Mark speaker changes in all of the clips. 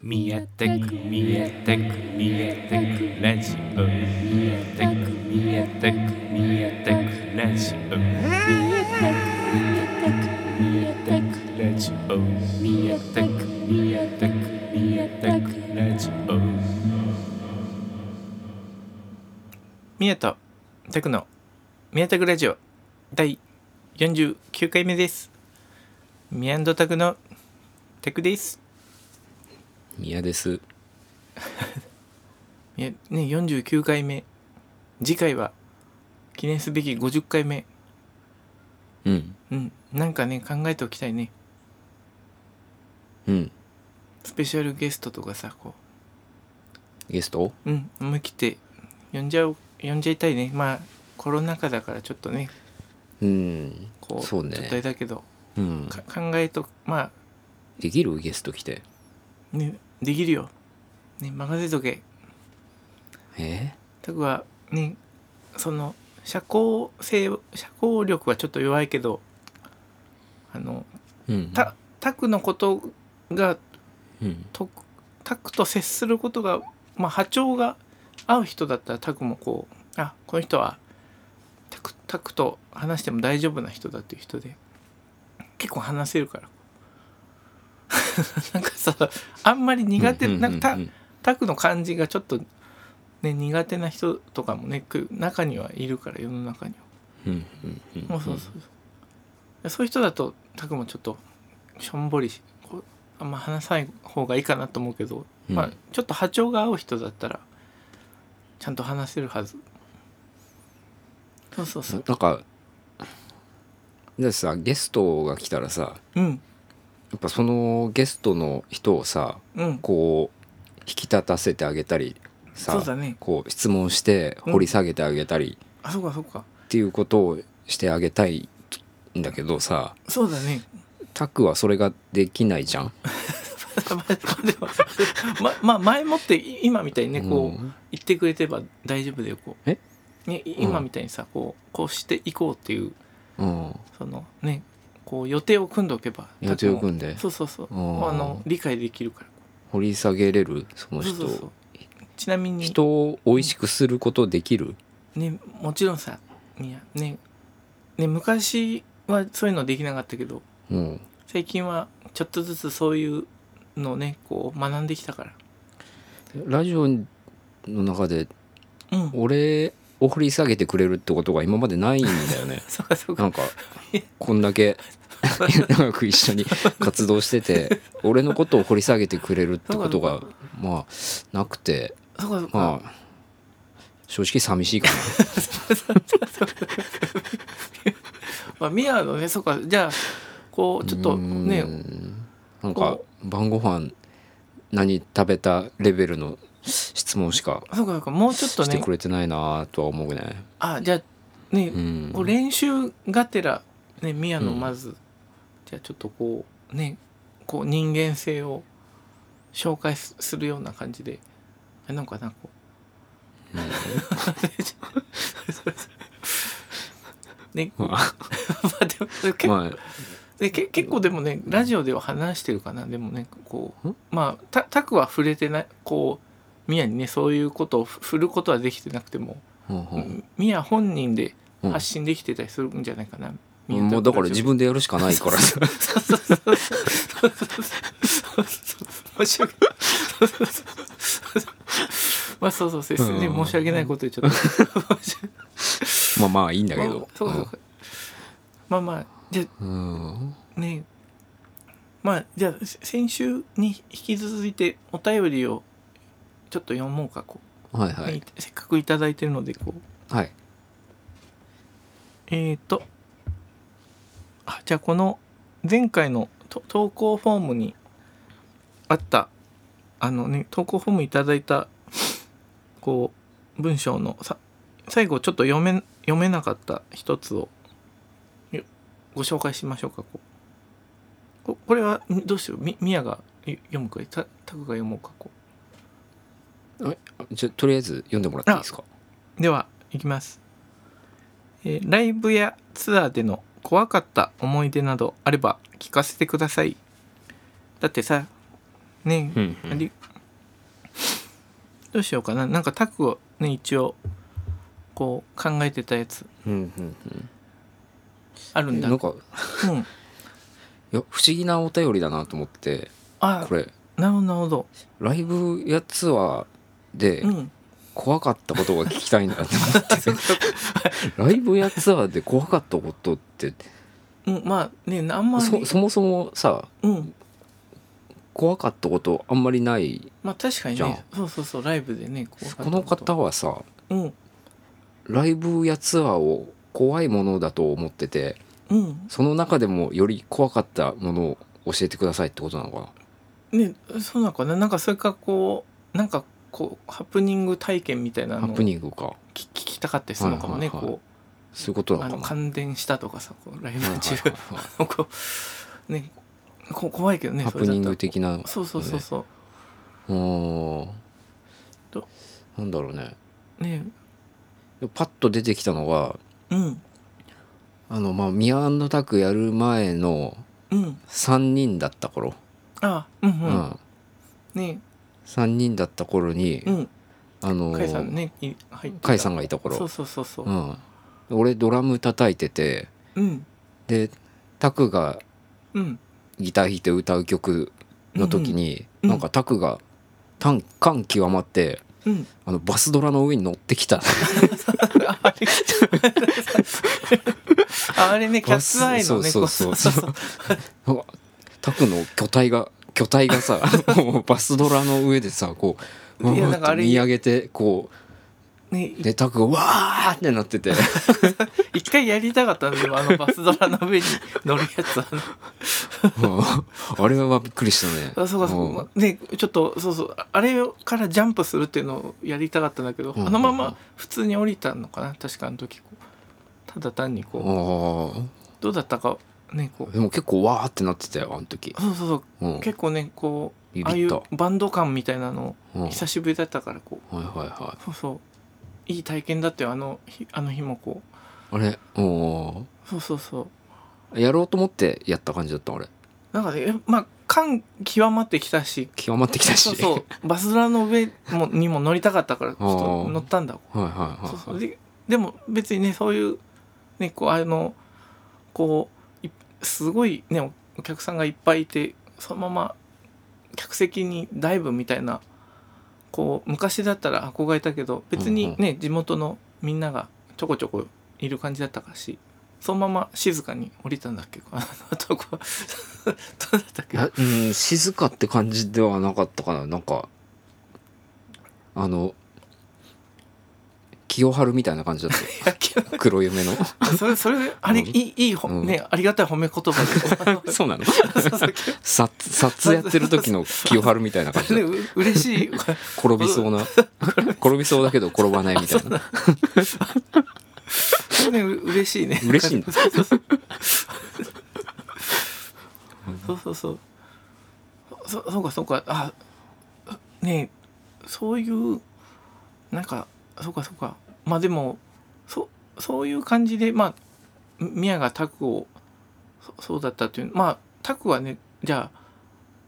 Speaker 1: 見えてく見えてく見えてくラジオ見えてく見えてく見えてくラジオラジオ見えてく見えてく見えてくラジオ
Speaker 2: ミエとテクノミエテクラジオ第49回目ですミエンドタクのテクです
Speaker 3: 宮です。
Speaker 2: ミエね49回目次回は記念すべき50回目
Speaker 3: うん。
Speaker 2: うんなんかね考えておきたいね
Speaker 3: うん。
Speaker 2: スペシャルゲストとかさこ
Speaker 3: ゲスト
Speaker 2: ううん思い切って呼んじゃおう呼んじゃいたいねまあコロナ禍だからちょっとね
Speaker 3: うん。
Speaker 2: こう
Speaker 3: そうね
Speaker 2: ちょっとあれだけど
Speaker 3: うん。
Speaker 2: か考えとま
Speaker 3: できるゲスト来て。
Speaker 2: あねできるよね任せとけ
Speaker 3: え
Speaker 2: タグはねその社交性社交力はちょっと弱いけどあの
Speaker 3: うん。
Speaker 2: たタクのことが
Speaker 3: うん。
Speaker 2: とタクと接することが、まあ、波長が合う人だったらタクもこうあこの人はタクタクと話しても大丈夫な人だっていう人で結構話せるから なんかさあんまり苦手
Speaker 3: うん
Speaker 2: なんか
Speaker 3: う
Speaker 2: タ
Speaker 3: んうん
Speaker 2: タクの感じがちょっと、ね、苦手な人とかもねく中にはいるから世の中に
Speaker 3: うんうんうん
Speaker 2: はもうそうそうそうそういう人だとタクもちょっとしょんぼりしこうあんま話さない方がいいかなと思うけど、
Speaker 3: うん
Speaker 2: まあちょっと波長が合う人だったらちゃんと話せるはずそうそうそう
Speaker 3: なんか、でさ、ゲストが来たらさ、
Speaker 2: うん
Speaker 3: やっぱそのゲストの人をさ、
Speaker 2: うん
Speaker 3: こう、引き立たせてあげたり、
Speaker 2: そ
Speaker 3: さ
Speaker 2: う、だね
Speaker 3: こう、質問して掘り下げてあげたり
Speaker 2: あそうかそうか
Speaker 3: っていうことをしてあげたいんだけどさ、
Speaker 2: そうだ ね
Speaker 3: タクはそれができないじゃん。
Speaker 2: でもままあ前もってい今みたいにねこう、
Speaker 3: うん
Speaker 2: 言ってくれてば大丈夫だよこう
Speaker 3: え
Speaker 2: ね、い今
Speaker 3: うん
Speaker 2: みたいにさこうこうしていこうっていう
Speaker 3: うん。
Speaker 2: そのねこう予定を組んでおけば
Speaker 3: 予定を組んで
Speaker 2: そうそうそうあ
Speaker 3: うん
Speaker 2: の理解できるから
Speaker 3: 掘り下げれるその
Speaker 2: そう
Speaker 3: 人
Speaker 2: そうそうちなみに
Speaker 3: 人を美味しくすることできる
Speaker 2: ねもちろんさいやねね昔はそういうのできなかったけど
Speaker 3: うん
Speaker 2: 最近はちょっとずつそういうのをねこう学んできたから
Speaker 3: ラジオの中で
Speaker 2: うん
Speaker 3: 俺を掘り下げてくれるってことが今までないんだよね
Speaker 2: そうかそう
Speaker 3: な
Speaker 2: か
Speaker 3: んかこんだけ長く一緒に活動してて俺のことを掘り下げてくれるってこと
Speaker 2: そう
Speaker 3: が
Speaker 2: か
Speaker 3: まあなくて
Speaker 2: そうかそうか、
Speaker 3: まあ正直寂しいか
Speaker 2: まあ、ミアのねそうかじゃあこう
Speaker 3: な
Speaker 2: ちょっと
Speaker 3: う
Speaker 2: ね
Speaker 3: んなんか晩ご飯何食べたレベルの質問しか
Speaker 2: そうかそうかもうちょっと
Speaker 3: して
Speaker 2: ね
Speaker 3: くれてないなとは思うね。
Speaker 2: あじゃあね、
Speaker 3: うん
Speaker 2: こう練習がてらね宮野
Speaker 3: うん
Speaker 2: まず、じゃあちょっとこうねこう人間性を紹介すするような感じであれなんかなこうね
Speaker 3: まあ、
Speaker 2: まあでも結構
Speaker 3: まあ、
Speaker 2: でけ結構でもねラジオでは話してるかなでもねこうんまあたタクは触れてないこうミヤにねそういうことをふ振ることはできてなくても
Speaker 3: ほうほう
Speaker 2: ミヤ本人で
Speaker 3: うん
Speaker 2: 発信できてたりするんじゃないかな、ミヤ
Speaker 3: もうだから
Speaker 2: ラジ
Speaker 3: 自
Speaker 2: オ
Speaker 3: 分でやるしかないからさ。
Speaker 2: そうそうそうそうそうそうそう申し訳そうそうそうそうまあそうそうそうですね、
Speaker 3: うん
Speaker 2: 申し訳ないこと言っちゃった申し訳
Speaker 3: まあまあいいんだけ
Speaker 2: まあ
Speaker 3: ど。
Speaker 2: そうそうそうまあまあじゃあ
Speaker 3: うん。
Speaker 2: ねまあじゃあせ先週に引き続いてお便りをちょっと読もうかこ、
Speaker 3: はいうは
Speaker 2: ね。
Speaker 3: い
Speaker 2: せっかくいただいてるのでこう
Speaker 3: はい。
Speaker 2: えー、とあじゃあこの前回のと投稿フォームにあったあのね投稿フォームいただいたこう文章のさ最後ちょっと読め読めなかった一つをよご紹介しましょうかこうここれはんどうしようみみやがよ読むかいたタクが読もうかこ
Speaker 3: じゃとりあえず読んでもらっていいですか。
Speaker 2: うではいきます、えーライブやツアーでの怖かった思い出などあれば聞かせてくださいだってさね、
Speaker 3: うんうん
Speaker 2: ありどうしようかななんかタクをね一応こう考えてたやつ
Speaker 3: うんうん
Speaker 2: ある
Speaker 3: うん
Speaker 2: んだ
Speaker 3: なんか
Speaker 2: うん
Speaker 3: いや不思議なお便りだなと思って
Speaker 2: あ
Speaker 3: これ
Speaker 2: なるほどなるほど
Speaker 3: ライブやツアーで
Speaker 2: うん
Speaker 3: 怖かったことが聞きたいんだなと思って ライブやツアーで怖かったことって
Speaker 2: うんまあねあんまり
Speaker 3: そそもそもさ
Speaker 2: うん
Speaker 3: 怖かったことあんまりない
Speaker 2: まあ確かに
Speaker 3: じゃ
Speaker 2: ねそうそうそうライブでねこ
Speaker 3: この方はさ
Speaker 2: うん
Speaker 3: ライブやツアーを怖いものだと思ってて
Speaker 2: うん
Speaker 3: その中でもより怖かったものを教えてくださいってことなのかな
Speaker 2: ねそうなのかななんかそれかこうなんかこうハプニング体験みたいな
Speaker 3: ハ
Speaker 2: のを
Speaker 3: プ
Speaker 2: 聞
Speaker 3: ニングか
Speaker 2: 聞きたかったりするのかもね
Speaker 3: はいはいはい
Speaker 2: こ
Speaker 3: そういうこと
Speaker 2: う
Speaker 3: な
Speaker 2: あの
Speaker 3: のかな
Speaker 2: 感電したとかさこうライ
Speaker 3: はい
Speaker 2: ブ中
Speaker 3: はいはい は
Speaker 2: こうねこ怖いけど
Speaker 3: い
Speaker 2: ね
Speaker 3: ハプニン
Speaker 2: そ
Speaker 3: グ
Speaker 2: れだ
Speaker 3: 的な
Speaker 2: ったらそうそうそうそう
Speaker 3: ーん
Speaker 2: と
Speaker 3: なんだろうね
Speaker 2: うね
Speaker 3: パッと出てきたのが
Speaker 2: うん
Speaker 3: あのまあミアンドタクやる前の
Speaker 2: うん
Speaker 3: 3人だった頃、
Speaker 2: あうん
Speaker 3: う
Speaker 2: うんんね
Speaker 3: 3人だった頃に、
Speaker 2: うん
Speaker 3: あの
Speaker 2: 甲斐さんねい入ってた
Speaker 3: 甲斐さんがいた頃、
Speaker 2: そうそうそうそううん
Speaker 3: 俺ドラム叩いてて
Speaker 2: うん
Speaker 3: でタクが
Speaker 2: うん
Speaker 3: ギター弾いて歌う曲の時に、
Speaker 2: うん
Speaker 3: なんかタクが短感極まって
Speaker 2: うん
Speaker 3: あのバスドラの上に乗ってきた
Speaker 2: ああれああれねキャッツアイのね
Speaker 3: そうそうそう
Speaker 2: こ
Speaker 3: タクの巨体が巨体 がさもうバスドラの上でさこう
Speaker 2: いや
Speaker 3: わ
Speaker 2: なん
Speaker 3: ー
Speaker 2: かあ
Speaker 3: って
Speaker 2: れ
Speaker 3: 見上げてこ
Speaker 2: うね
Speaker 3: うでタクがわーって なってて
Speaker 2: 一回やりたかったんですよあのバスドラの上に乗るやつあの
Speaker 3: うんあれはびっくりしたね
Speaker 2: あそうかそううんか、ねちょっとそうそうああれからジャンプするっていうのをやりたかったんだけど、
Speaker 3: うん
Speaker 2: あのま
Speaker 3: うん
Speaker 2: ま普通に降りたのかな確かあの時こうただ単にこう、
Speaker 3: あ
Speaker 2: どうだったかねこ
Speaker 3: あ
Speaker 2: う
Speaker 3: でも結構わーってなってたよあの時、
Speaker 2: そうそうそう
Speaker 3: うん、
Speaker 2: 結構ねこう
Speaker 3: ビ
Speaker 2: ああい
Speaker 3: ビっ
Speaker 2: う
Speaker 3: た、
Speaker 2: バンド感みたいなの
Speaker 3: うん、はい
Speaker 2: 久しぶりだったからこう
Speaker 3: はいは
Speaker 2: そうそういい体験だったよあの日あの日もこう
Speaker 3: いあれお
Speaker 2: そうそうそう
Speaker 3: ーやろうと思ってやった感じだったあれ
Speaker 2: なんかねえまあ感極まってきたし
Speaker 3: 極まってきた し
Speaker 2: そうそうバスドラの上もにも乗りたかったからちょっと乗ったんだ
Speaker 3: はいはいはい
Speaker 2: そうそうででも別にねそういうねこうあのこういすごいねおお客さんがいっぱいいてそのまま客席にダイブみたいなこう昔だったら憧れたけど別にね、地元のみんながちょこちょこいる感じだったからしそのまま静かに降りたんだっけ あのとこどうだったっ
Speaker 3: い
Speaker 2: け
Speaker 3: やうん静かって感じではなかったかななんかあの清春みたいな感じだったよ
Speaker 2: 野球
Speaker 3: 黒夢の
Speaker 2: それそれあれ、
Speaker 3: うん
Speaker 2: いいいいほ、
Speaker 3: うん
Speaker 2: ねありがたい褒め言 葉で
Speaker 3: そうなの
Speaker 2: そうそう
Speaker 3: さ撮影やってる時の清春みたいな感じ
Speaker 2: ね
Speaker 3: だっ
Speaker 2: う嬉しい
Speaker 3: た転び そうな転びそうだけど転ばないみたいな
Speaker 2: ねう嬉しいね
Speaker 3: 嬉しいんだ
Speaker 2: そうそうそうそうそうそうそそうかそうかあねえそういうなんかそうかそうかまあでもそそういう感じでまあミヤがタクをそそうだったというまあタクはねじゃあ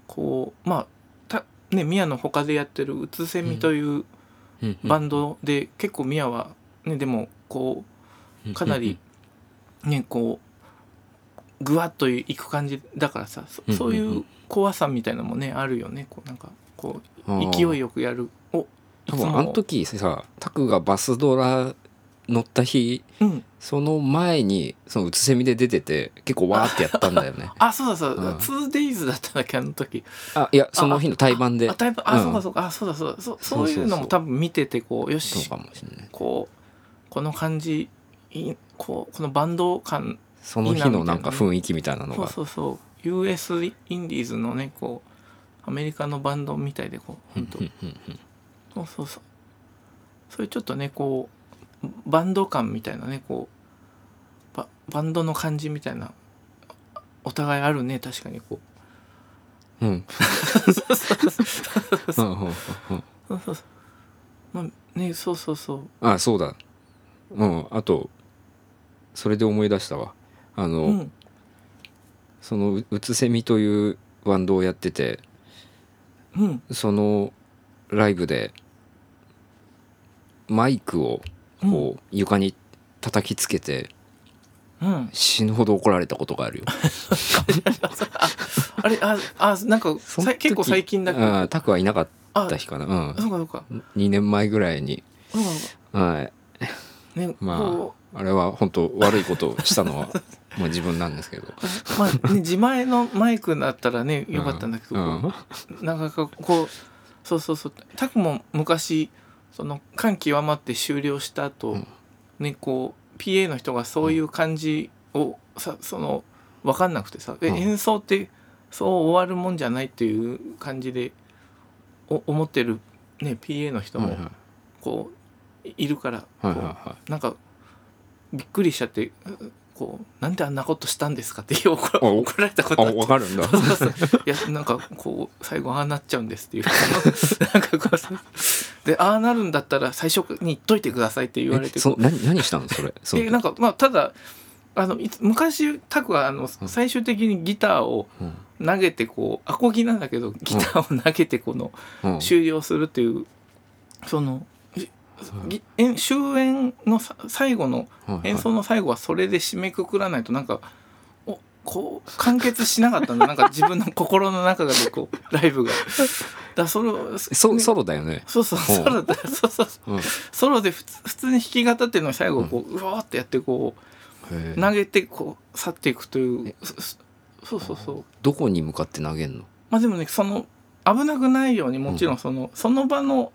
Speaker 2: こうまあたねミヤの他でやってる「うつせみ」という
Speaker 3: うんうん
Speaker 2: バンドで結構ミヤはねでもこうかなりねこうぐわっといく感じだからさそ
Speaker 3: うんうんうん
Speaker 2: そういう怖さみたいなのもねあるよねこうなんかこう
Speaker 3: うんうん
Speaker 2: 勢いよくやるおい
Speaker 3: 多
Speaker 2: つも
Speaker 3: 分あの時さタクがバスドラ乗った日
Speaker 2: うん
Speaker 3: その前にそのうつせみで出てて結構わーってやったんだよね
Speaker 2: あそうだそう
Speaker 3: う
Speaker 2: だ
Speaker 3: ん
Speaker 2: 2days だったんだっ けあの時
Speaker 3: あいやその日の対バンで
Speaker 2: あタイプあ
Speaker 3: うん
Speaker 2: そうかそうかあそうだそうだそそうい
Speaker 3: そうそううそう
Speaker 2: のも多分見ててこうよ
Speaker 3: そう
Speaker 2: し
Speaker 3: かもしれない
Speaker 2: こうこの感じいいこうこのバンド感
Speaker 3: その日のなんか雰囲気みたいなの
Speaker 2: そう
Speaker 3: が
Speaker 2: そうそう US インディーズのねこうアメリカのバンドみたいでこう本
Speaker 3: うん
Speaker 2: 当
Speaker 3: うんうんうん
Speaker 2: そうそうそうそういうちょっとねこうバンド感みたいなねこうババンドの感じみたいなお互いあるね確かにこう
Speaker 3: うんうんうんうんうん
Speaker 2: そうそうそうまあねそうそうそう
Speaker 3: あそうだうんあとそれで思い出したわあの、
Speaker 2: うん
Speaker 3: そのううつせみというバンドをやってて
Speaker 2: うん
Speaker 3: そのライブでマイクをこう床に叩きつけて
Speaker 2: うん
Speaker 3: 死ぬほど怒られたこと があるよ。
Speaker 2: あれああなんか
Speaker 3: その
Speaker 2: さい結構
Speaker 3: 時
Speaker 2: 最近だけど
Speaker 3: うんタクはいなかっ
Speaker 2: あ
Speaker 3: た日かな。うん
Speaker 2: そうかそうか
Speaker 3: 2年前ぐらいに、
Speaker 2: そうかそう
Speaker 3: はい、
Speaker 2: かね
Speaker 3: まあ
Speaker 2: こ
Speaker 3: あれは本当悪いことをし たのはもう自分なんですけど
Speaker 2: うまあね自前のマイクだったらねよかったんだけど、
Speaker 3: うん
Speaker 2: なかなかこうそうそうそうタクも昔その感極まって終了した後、
Speaker 3: うん
Speaker 2: ねこう PA の人がそういう感じをさその分かんなくてさ、え
Speaker 3: うん
Speaker 2: 演奏ってそう終わるもんじゃないっていう感じでお思ってる、ね、PA の人
Speaker 3: はいは
Speaker 2: も
Speaker 3: い
Speaker 2: こういいるから、
Speaker 3: はい
Speaker 2: こう
Speaker 3: は
Speaker 2: なんかびっくりしちゃってうこうなんであんなことしたんですかって 怒ら
Speaker 3: あお
Speaker 2: 怒られたこ
Speaker 3: いは
Speaker 2: とあっ
Speaker 3: いあ
Speaker 2: て
Speaker 3: 分かるんだ
Speaker 2: そうそうそういやなんかこう最後ああなっちゃうんですっていう なんかこうでああなるんだったら最初に言っといてくださいって言われて
Speaker 3: えそ何何したのそれその
Speaker 2: でなんかまあただあのいつ昔タクはあの
Speaker 3: うん
Speaker 2: 最終的にギターを
Speaker 3: うん
Speaker 2: 投げてこうアコギなんだけどギターを投げてこの
Speaker 3: うん
Speaker 2: 終了するっていうそのぎ
Speaker 3: うん
Speaker 2: ぎえん終演のさ最後の
Speaker 3: はいはい
Speaker 2: 演奏の最後はそれで締めくくらないとなんかおこう完結しなかったんだなんか自分 の心の中でこうライブがだからそれを
Speaker 3: そ
Speaker 2: ね
Speaker 3: ソロだよね、
Speaker 2: そうそう
Speaker 3: ほう
Speaker 2: ソロだそうそう
Speaker 3: うんへ
Speaker 2: ソロで普通普通に弾き語っていうのを最後こううわーってやってこ
Speaker 3: え
Speaker 2: う投げてこう去っていくという
Speaker 3: え
Speaker 2: そそうそうそう
Speaker 3: どこに向かって投げんの
Speaker 2: まあでもねその危なくないようにもちろんその、その場の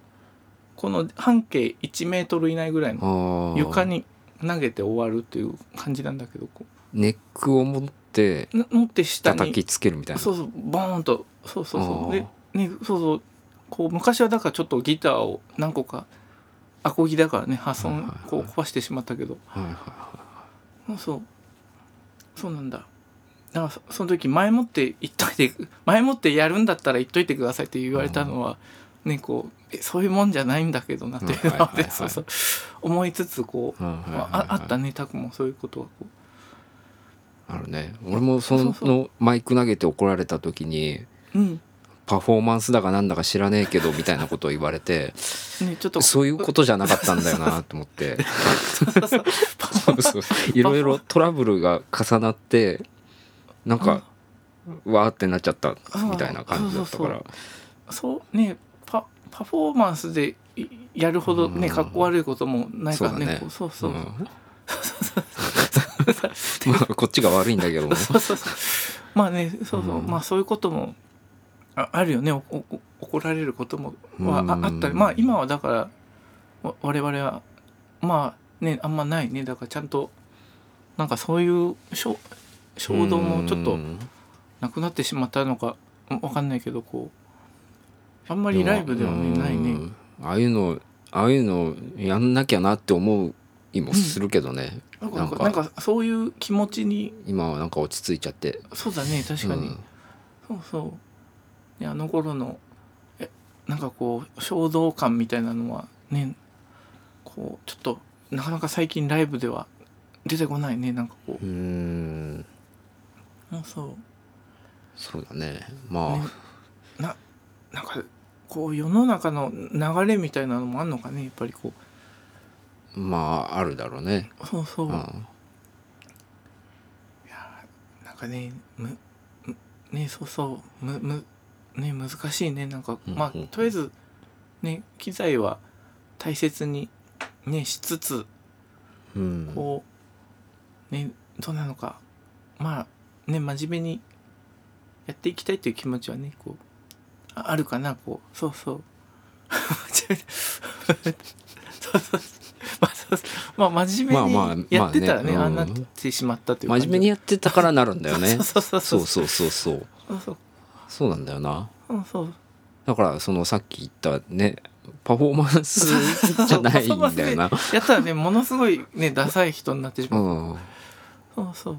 Speaker 2: この半径1メートル以内ぐらいの
Speaker 3: あー
Speaker 2: 床に投げて終わるっていう感じなんだけどこ
Speaker 3: ネックを持って
Speaker 2: うな持って下に
Speaker 3: 叩きつけるみたいな
Speaker 2: そうそうボーンとそうそうそ
Speaker 3: あー
Speaker 2: うで、ね、そうそうこう昔はだからちょっとギターを何個かアコギだからね破
Speaker 3: はいはい
Speaker 2: 損
Speaker 3: はい
Speaker 2: こう壊してしまったけど、
Speaker 3: はいはいは
Speaker 2: そうそうそうなんだだからそその時前もって言っといて 前もってやるんだったら言っといてくださいって言われたのは、ねこうえそういうもんじゃないんだけどなっていう
Speaker 3: うんはい
Speaker 2: の
Speaker 3: はいは
Speaker 2: で
Speaker 3: い
Speaker 2: そうそう思いつつこう、
Speaker 3: いはいはいはい
Speaker 2: まあ、ああったねタクもそういうことはこ
Speaker 3: あるね俺もその
Speaker 2: そうそ
Speaker 3: マイク投げて怒られた時に
Speaker 2: ううん
Speaker 3: パフォーマンスだかなんだか知らねえけどみたいなことを言われて
Speaker 2: ねちょっと
Speaker 3: そういうことじゃなかったんだよなと思って
Speaker 2: そうそう
Speaker 3: そうそういろいろトラブルが重なってなんかわーってなっちゃったみたいな感じだったか
Speaker 2: あ
Speaker 3: ら
Speaker 2: そうねパパフォーマンスでいやるほどね
Speaker 3: うん
Speaker 2: かっこ悪いこともないからねこうそうそう うんそう
Speaker 3: まあこっちが悪いんだけどね
Speaker 2: そうそうそうまあねそうそう、
Speaker 3: うん
Speaker 2: まあそういうこともああるよねおおお怒られることも、まあ、あ
Speaker 3: うん
Speaker 2: あったりまあ今はだからわ我々はまあねあんまないねだからちゃんとなんかそういう衝衝動も ちょっ
Speaker 3: う
Speaker 2: と
Speaker 3: ん
Speaker 2: なくなってしまったのかうんわかんないけどこうあんまりライブではね
Speaker 3: も
Speaker 2: ないね。
Speaker 3: うんああいうのああいうのやんなきゃなって思う気もするけどね、
Speaker 2: なんか
Speaker 3: な
Speaker 2: なんん
Speaker 3: か
Speaker 2: かそういう気持ちに
Speaker 3: 今はなんか落ち着いちゃって
Speaker 2: そうだね確かに、
Speaker 3: うん
Speaker 2: そうそうねあの頃のえなんかこう衝動感みたいなのはねこうちょっとなかなか最近ライブでは出てこないねなんかこ
Speaker 3: うーん
Speaker 2: う、うん、そ
Speaker 3: そうだね
Speaker 2: う、
Speaker 3: まあ、
Speaker 2: ね、ななんかこう世の中の流れみたいなのもあんのかねやっぱりこ
Speaker 3: まああるだろうね、
Speaker 2: うそうそう、
Speaker 3: うん
Speaker 2: なんかねむむねそうそうむむね難しいねなんか
Speaker 3: うん
Speaker 2: まあ
Speaker 3: うん
Speaker 2: とりあえずね機材は大切にねしつつ
Speaker 3: うん
Speaker 2: こうねどうなのかまあね真面目にやっていきたいという気持ちはねこうああるかなこうそうそう 真面目にそうそうまあそうそうまあ真面
Speaker 3: まあま
Speaker 2: 目
Speaker 3: あ
Speaker 2: にやってたらね,、
Speaker 3: まあ
Speaker 2: あ
Speaker 3: ね
Speaker 2: あなってしまったという
Speaker 3: 真面目に
Speaker 2: や
Speaker 3: やってたからなるんだよね
Speaker 2: そうそう そ
Speaker 3: そううそうそうそう
Speaker 2: そうそう
Speaker 3: そうなんだよな
Speaker 2: うんそう
Speaker 3: だからそのさっき言ったねパフォーマンスじゃないんだ よな
Speaker 2: やったらねものすごいねダサい人になってし
Speaker 3: う
Speaker 2: まう、
Speaker 3: ん
Speaker 2: そうそう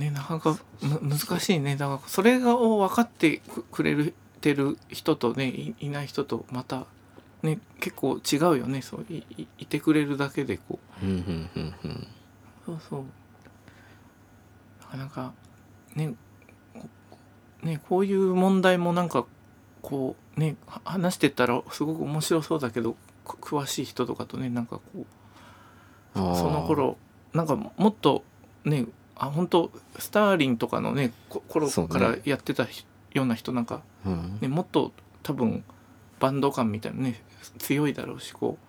Speaker 2: ねなかなかむ難しいねだからそれがを分かってくくれるてる人とねいいない人とまたね結構違うよねそういいいてくれるだけでこう
Speaker 3: うんうんうんうん
Speaker 2: そうそうなかなかねこねこういう問題もなんかこうねは話してたらすごく面白そうだけどく詳しい人とかとねなんかこう
Speaker 3: そ
Speaker 2: その頃なんかもっとねあ本当スターリンとかのねこ頃
Speaker 3: そうね
Speaker 2: からやってたひような人なんか、
Speaker 3: うん
Speaker 2: ね、もっと多分バンド感みたいなね強いだろうしこう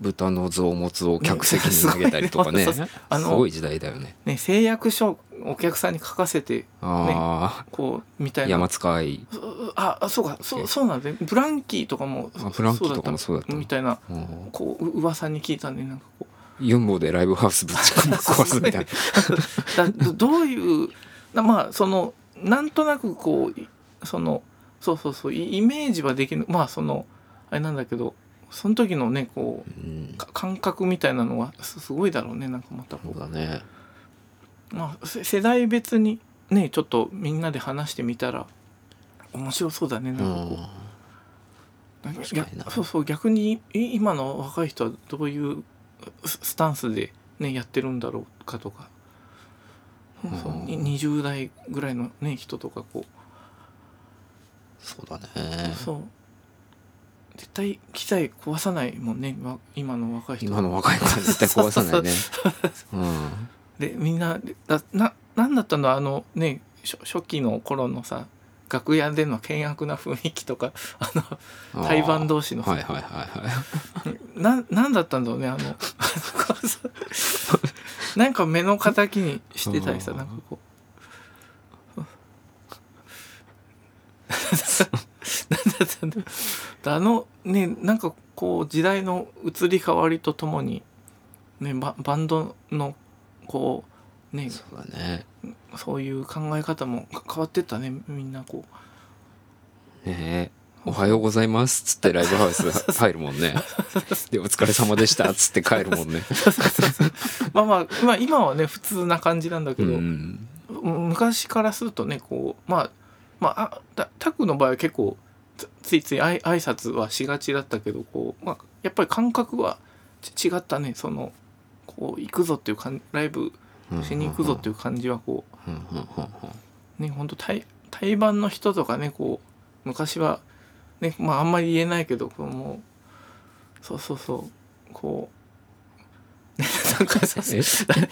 Speaker 3: 豚の臓物を客席に投げたり とかね
Speaker 2: すごいねあ
Speaker 3: すご
Speaker 2: の
Speaker 3: い時代だよね
Speaker 2: ね誓約書をお客さんに書かせて
Speaker 3: あ
Speaker 2: こうみた
Speaker 3: あ
Speaker 2: いな
Speaker 3: 山塚愛
Speaker 2: そうああそうかそ
Speaker 3: え
Speaker 2: うそうなんですねブランキーとかも
Speaker 3: あブランキーとかも
Speaker 2: そうだっ
Speaker 3: そうだった
Speaker 2: みたいな
Speaker 3: うん
Speaker 2: こうう噂に聞いたんでなんかこう
Speaker 3: ユンボでライブハウスぶち込んで壊すみたい
Speaker 2: だどどういうなまあそのなんとなくこういそのそうそうそうイイメージはできるまあそのあれなんだけどその時のねこう
Speaker 3: な
Speaker 2: か感覚みたいなのはすすごいだろうねなんかまた
Speaker 3: そうだね
Speaker 2: まあせ世代別にねちょっとみんなで話してみたら面白そうだねなん
Speaker 3: う
Speaker 2: かこう。
Speaker 3: ん確かにな
Speaker 2: 逆そうそう逆にい今の若い人はどういうススタンスで、ね、やってるんだろうかとかそうそう
Speaker 3: うん
Speaker 2: に20代ぐらいの、ね、人とかこ
Speaker 3: そうだ
Speaker 2: う、
Speaker 3: ね
Speaker 2: そう絶対機材壊さないもんねわ今の若い人
Speaker 3: 今の若い子は絶対壊さないねうん
Speaker 2: でみんなでだななんだったのあのね初初期の頃のさ楽屋での険悪な雰囲気とかあの
Speaker 3: あー
Speaker 2: 対バン同士のさ
Speaker 3: はいはいはいはい
Speaker 2: ななんだったんだろうねあ のなんか目の敵にしてたりさ
Speaker 3: うん
Speaker 2: なんかこうなんだったんだろうあのねなんかこう時代の移り変わりとともに、ね、ババンドのこうね
Speaker 3: そうだね
Speaker 2: そういう考え方もか変わってったねみんなこう
Speaker 3: ねえおはようございますっつってライブハウス 入るもんねでお疲れ様でしたっつって帰るもんね
Speaker 2: まあまあ、まあ、今はね普通な感じなんだけ
Speaker 3: う
Speaker 2: ど、
Speaker 3: ん
Speaker 2: 昔からするとねこうまあまああたタクの場合は結構つついついあい挨拶はしがちだったけどこう、まあ、やっぱり感覚はち違ったねそのこう行くぞっていうかんライブしに行くぞっていう感じはこ
Speaker 3: うんうんうんうん
Speaker 2: うね本当対対バンの人とかねこう昔はねまああんまり言えないけどこうもうそうそうそう こうねなんかさ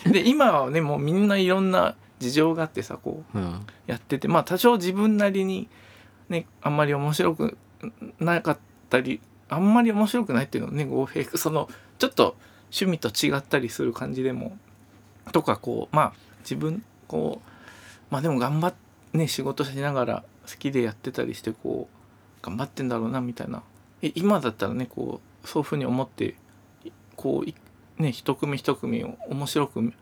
Speaker 3: え
Speaker 2: で今はねもうみんないろんな事情があってさこう
Speaker 3: うん
Speaker 2: やっててまあ多少自分なりにねあんまり面白くなかったりあんまり面白くないっていうのはね合平そのちょっと趣味と違ったりする感じでもとかこうまあ自分こうまあでも頑張っね仕事しながら好きでやってたりしてこう頑張ってんだろうなみたいなえ今だったらねこうそういうふうに思っていこういね一組一組を面白く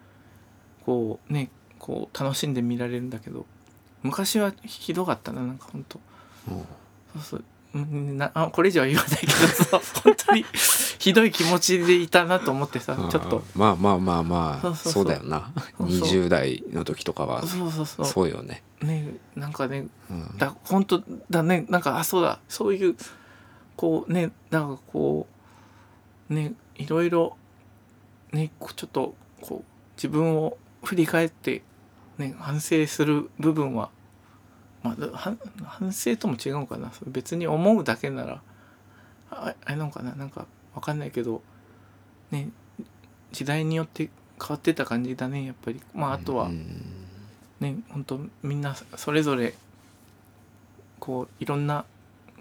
Speaker 2: こうねこう楽しんで見られるんだけど昔はひどかったななんか本当
Speaker 3: うん
Speaker 2: そうそううんなあこれ以上は言わないけど そう本当にひどい気持ちでいたなと思ってさちょっと
Speaker 3: あーまあまあまあま
Speaker 2: そう
Speaker 3: あ
Speaker 2: そうそ
Speaker 3: そ
Speaker 2: う
Speaker 3: うだよな
Speaker 2: そうそう
Speaker 3: 20代の時とかは
Speaker 2: そうそうそう
Speaker 3: そうよね
Speaker 2: ねなんかね
Speaker 3: うん
Speaker 2: だ本当だねなんかあそうだそういうこうねなんかこうねいろいろねこうちょっとこう自分を振り返って、ね、反省する部分は、まあ、は反省とも違うのかなそれ別に思うだけならああれなのかななんかわかんないけどね時代によって変わってた感じだねやっぱりまああとは、
Speaker 3: うん
Speaker 2: ね本当みんなそれぞれこういろんな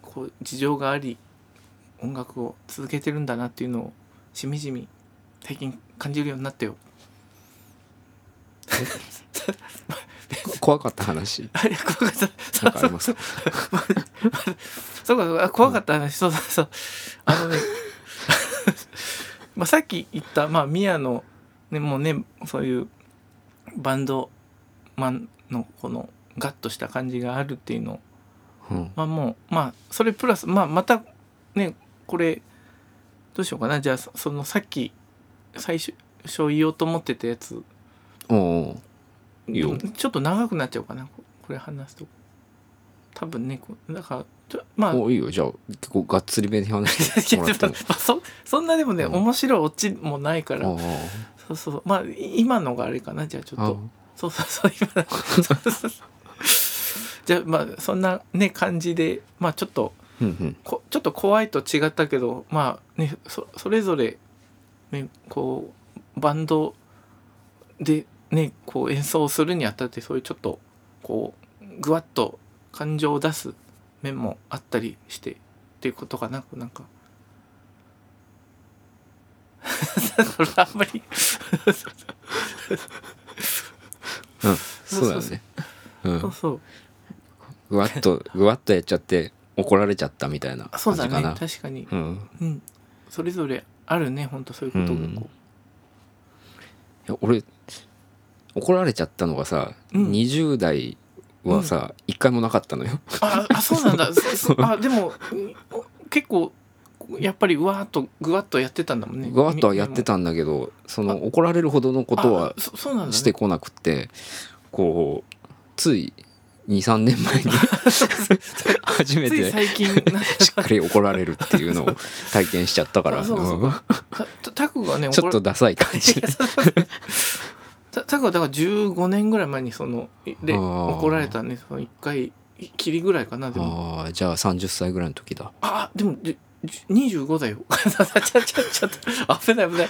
Speaker 2: こう事情があり音楽を続けてるんだなっていうのをしみじみ最近感じるようになったよ。
Speaker 3: 怖かった話
Speaker 2: あれ怖かった
Speaker 3: な
Speaker 2: そ
Speaker 3: んかありますか
Speaker 2: そうかそうか怖かった話そうそうそうあのねまあさっき言ったまあミヤのねもうねそういうバンドマンのこのガッとした感じがあるっていうのを
Speaker 3: うん
Speaker 2: まあもうまあそれプラスまあまたねこれどうしようかなじゃあそそのさっき最初初言おうと思ってたやつ
Speaker 3: おうおういいよ
Speaker 2: ちょっと長くなっちゃうかなここれ話すと多分ねこうだからちょまあ
Speaker 3: おういいよじゃあ結構がっつりめに話し
Speaker 2: い
Speaker 3: て
Speaker 2: や
Speaker 3: も
Speaker 2: で
Speaker 3: らって
Speaker 2: も
Speaker 3: も
Speaker 2: まあそそんなでもね、
Speaker 3: うん
Speaker 2: 面白いオチもないから、
Speaker 3: おうおう
Speaker 2: そうそうそうまあい今のがあれかなじゃあちょっ
Speaker 3: あ
Speaker 2: とそうそうそう今のそうそうそうじゃあまあそんなね感じでまあちょっと
Speaker 3: うんうん
Speaker 2: こちょっと怖いと違ったけどまあねそそれぞれ、ね、こうバンドで、ね、こう演奏するにあたってそういうちょっとこうぐわっと感情を出す面もあったりしてっていうことかななんか。 それあんまり
Speaker 3: うんそうだねう
Speaker 2: そうんそう
Speaker 3: ぐわっ とぐわっとやっちゃって怒られちゃったみたいな
Speaker 2: そ
Speaker 3: 感
Speaker 2: うだ
Speaker 3: じか
Speaker 2: ね
Speaker 3: な
Speaker 2: 確かに、
Speaker 3: うん
Speaker 2: うん、それぞれあるね本当そういうことがこう、
Speaker 3: うんいや俺怒られちゃったのがさ、
Speaker 2: うん
Speaker 3: 20代はさ一、回もなかったのよ
Speaker 2: ああそう なんだそそあでもうんお結構やっぱりうわーっとぐわっとやってたんだもんね
Speaker 3: ぐわっとはやって
Speaker 2: こ
Speaker 3: たんだけどその怒られるほどのことは
Speaker 2: そそうなんだ、ね、
Speaker 3: してこなくて、こうつい23年前 に初め
Speaker 2: つい
Speaker 3: て
Speaker 2: 最 近なんか
Speaker 3: しっかり怒られるっていうのを体験しちゃったから
Speaker 2: あそうそう
Speaker 3: うん
Speaker 2: たタクがね
Speaker 3: ちょっと
Speaker 2: 怒
Speaker 3: ダサい感 じ
Speaker 2: らタタクはだから15年ぐらい前にそので
Speaker 3: あー
Speaker 2: 怒られたねその1回きりぐらいかなでも
Speaker 3: ああじゃあ30歳ぐらいの時だ
Speaker 2: あでもじじ25だよ ちゃちゃちゃちゃあ危ない危ない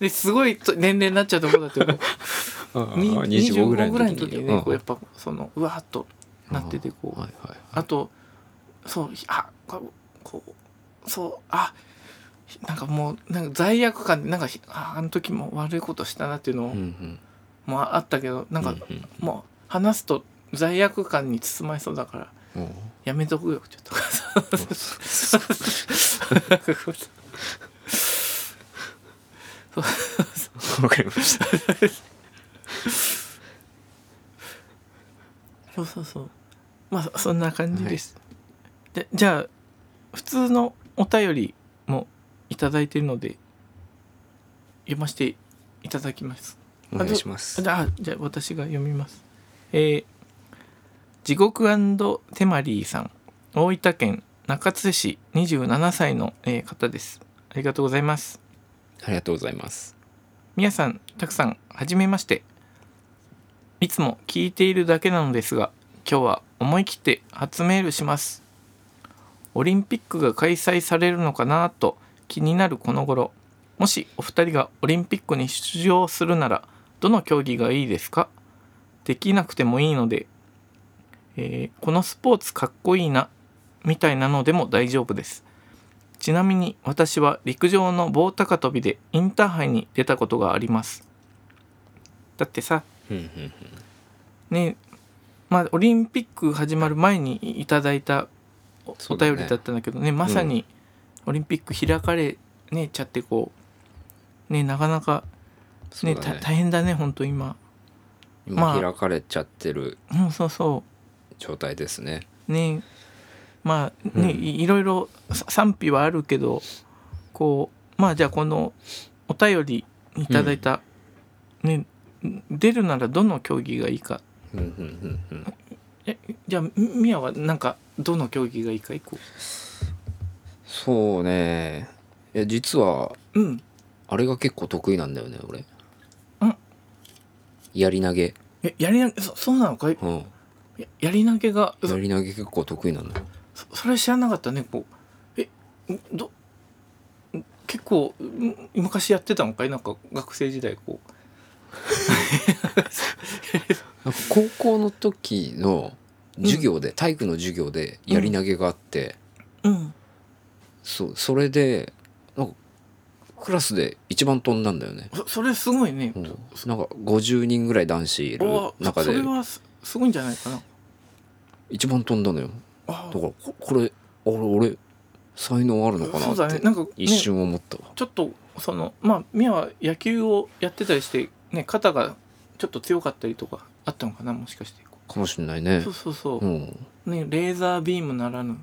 Speaker 2: ですごいと年齢になっちゃうとこだって思うに25
Speaker 3: 25
Speaker 2: ぐらいの
Speaker 3: 時
Speaker 2: 時に
Speaker 3: に
Speaker 2: ねこうやっぱそのうわーっとなっててこう
Speaker 3: はいはい
Speaker 2: あとそうひあこうこうそうあひなんかもうなんか罪悪感でなんかひああの時も悪いことしたなっていうの
Speaker 3: うんうん
Speaker 2: もああったけどなんか
Speaker 3: うんうん
Speaker 2: もう話すと罪悪感に包まれそうだから
Speaker 3: うん
Speaker 2: やめとくよちょっと
Speaker 3: わかりました。
Speaker 2: そうそうそうまあそそんな感じです、でじゃあ普通のお便りもいただいてるので読ませていただきます
Speaker 3: お願いします。
Speaker 2: じゃあじゃあ私が読みますえー地獄テマリーさん大分県中津市27歳の、えー方ですありがとうございます
Speaker 3: ありがとうございます。
Speaker 2: みやさん、たくさん、はじめまして。いつも聞いているだけなのですが、今日は思い切って初メールします。オリンピックが開催されるのかなと気になるこの頃、もしお二人がオリンピックに出場するなら、どの競技がいいですかできなくてもいいので、えーこのスポーツかっこいいな、みたいなのでも大丈夫です。ちなみに私は陸上の棒高跳びでインターハイに出たことがあります。だってさ、
Speaker 3: うんうん
Speaker 2: ね、まあオリンピック始まる前にいただいたお
Speaker 3: そ
Speaker 2: お
Speaker 3: うだね
Speaker 2: 便りだったんだけどね、まさにオリンピック開かれねちゃってこう、ね、なかなか、
Speaker 3: そ
Speaker 2: ね
Speaker 3: うだ
Speaker 2: た
Speaker 3: ね。
Speaker 2: 大変だね、本当今。まあ
Speaker 3: 今開かれちゃってる
Speaker 2: うん、そうそう。
Speaker 3: 状態ですね。
Speaker 2: ねまあね、
Speaker 3: うん
Speaker 2: いいろいろさ賛否はあるけどこうまあじゃあこのお便りいただいた、ね出るならどの競技がいいか
Speaker 3: うんうんうんうん
Speaker 2: えじゃあみみやはなんかどの競技がいいか一個
Speaker 3: そうね。え実は
Speaker 2: うん
Speaker 3: あれが結構得意なんだよね。俺。
Speaker 2: うん。
Speaker 3: やり投げ。
Speaker 2: えやり投げそそうなのかい
Speaker 3: うん。
Speaker 2: ややり投げが
Speaker 3: や
Speaker 2: そ
Speaker 3: り投げ結構得意なのよ。
Speaker 2: そそれ知らなかったねこうえど結構ん昔やってたのかいなんか学生時代こう
Speaker 3: なんか高校の時の授業で、体育の授業でやり投げがあって、
Speaker 2: うん
Speaker 3: そうそれでなんかクラスで一番飛んだんだよね。
Speaker 2: そそれすごいね、
Speaker 3: うんなんか50人ぐらい男子いる
Speaker 2: お
Speaker 3: 中
Speaker 2: そ
Speaker 3: で
Speaker 2: れはすすごいんじゃないかな
Speaker 3: 一番飛んだのよ
Speaker 2: あ
Speaker 3: だか
Speaker 2: ー
Speaker 3: らここれあれ俺才能あるのか
Speaker 2: そう
Speaker 3: な
Speaker 2: だ
Speaker 3: っ
Speaker 2: ね
Speaker 3: て
Speaker 2: なんか、ね、
Speaker 3: 一瞬思ったわ、
Speaker 2: ちょっとそのまあミアは野球をやってたりして、ね、肩がちょっと強かったりとかあったのかなもしかして
Speaker 3: かもしれないね
Speaker 2: そうそうそうう、
Speaker 3: ん
Speaker 2: ね、レーザービームならぬ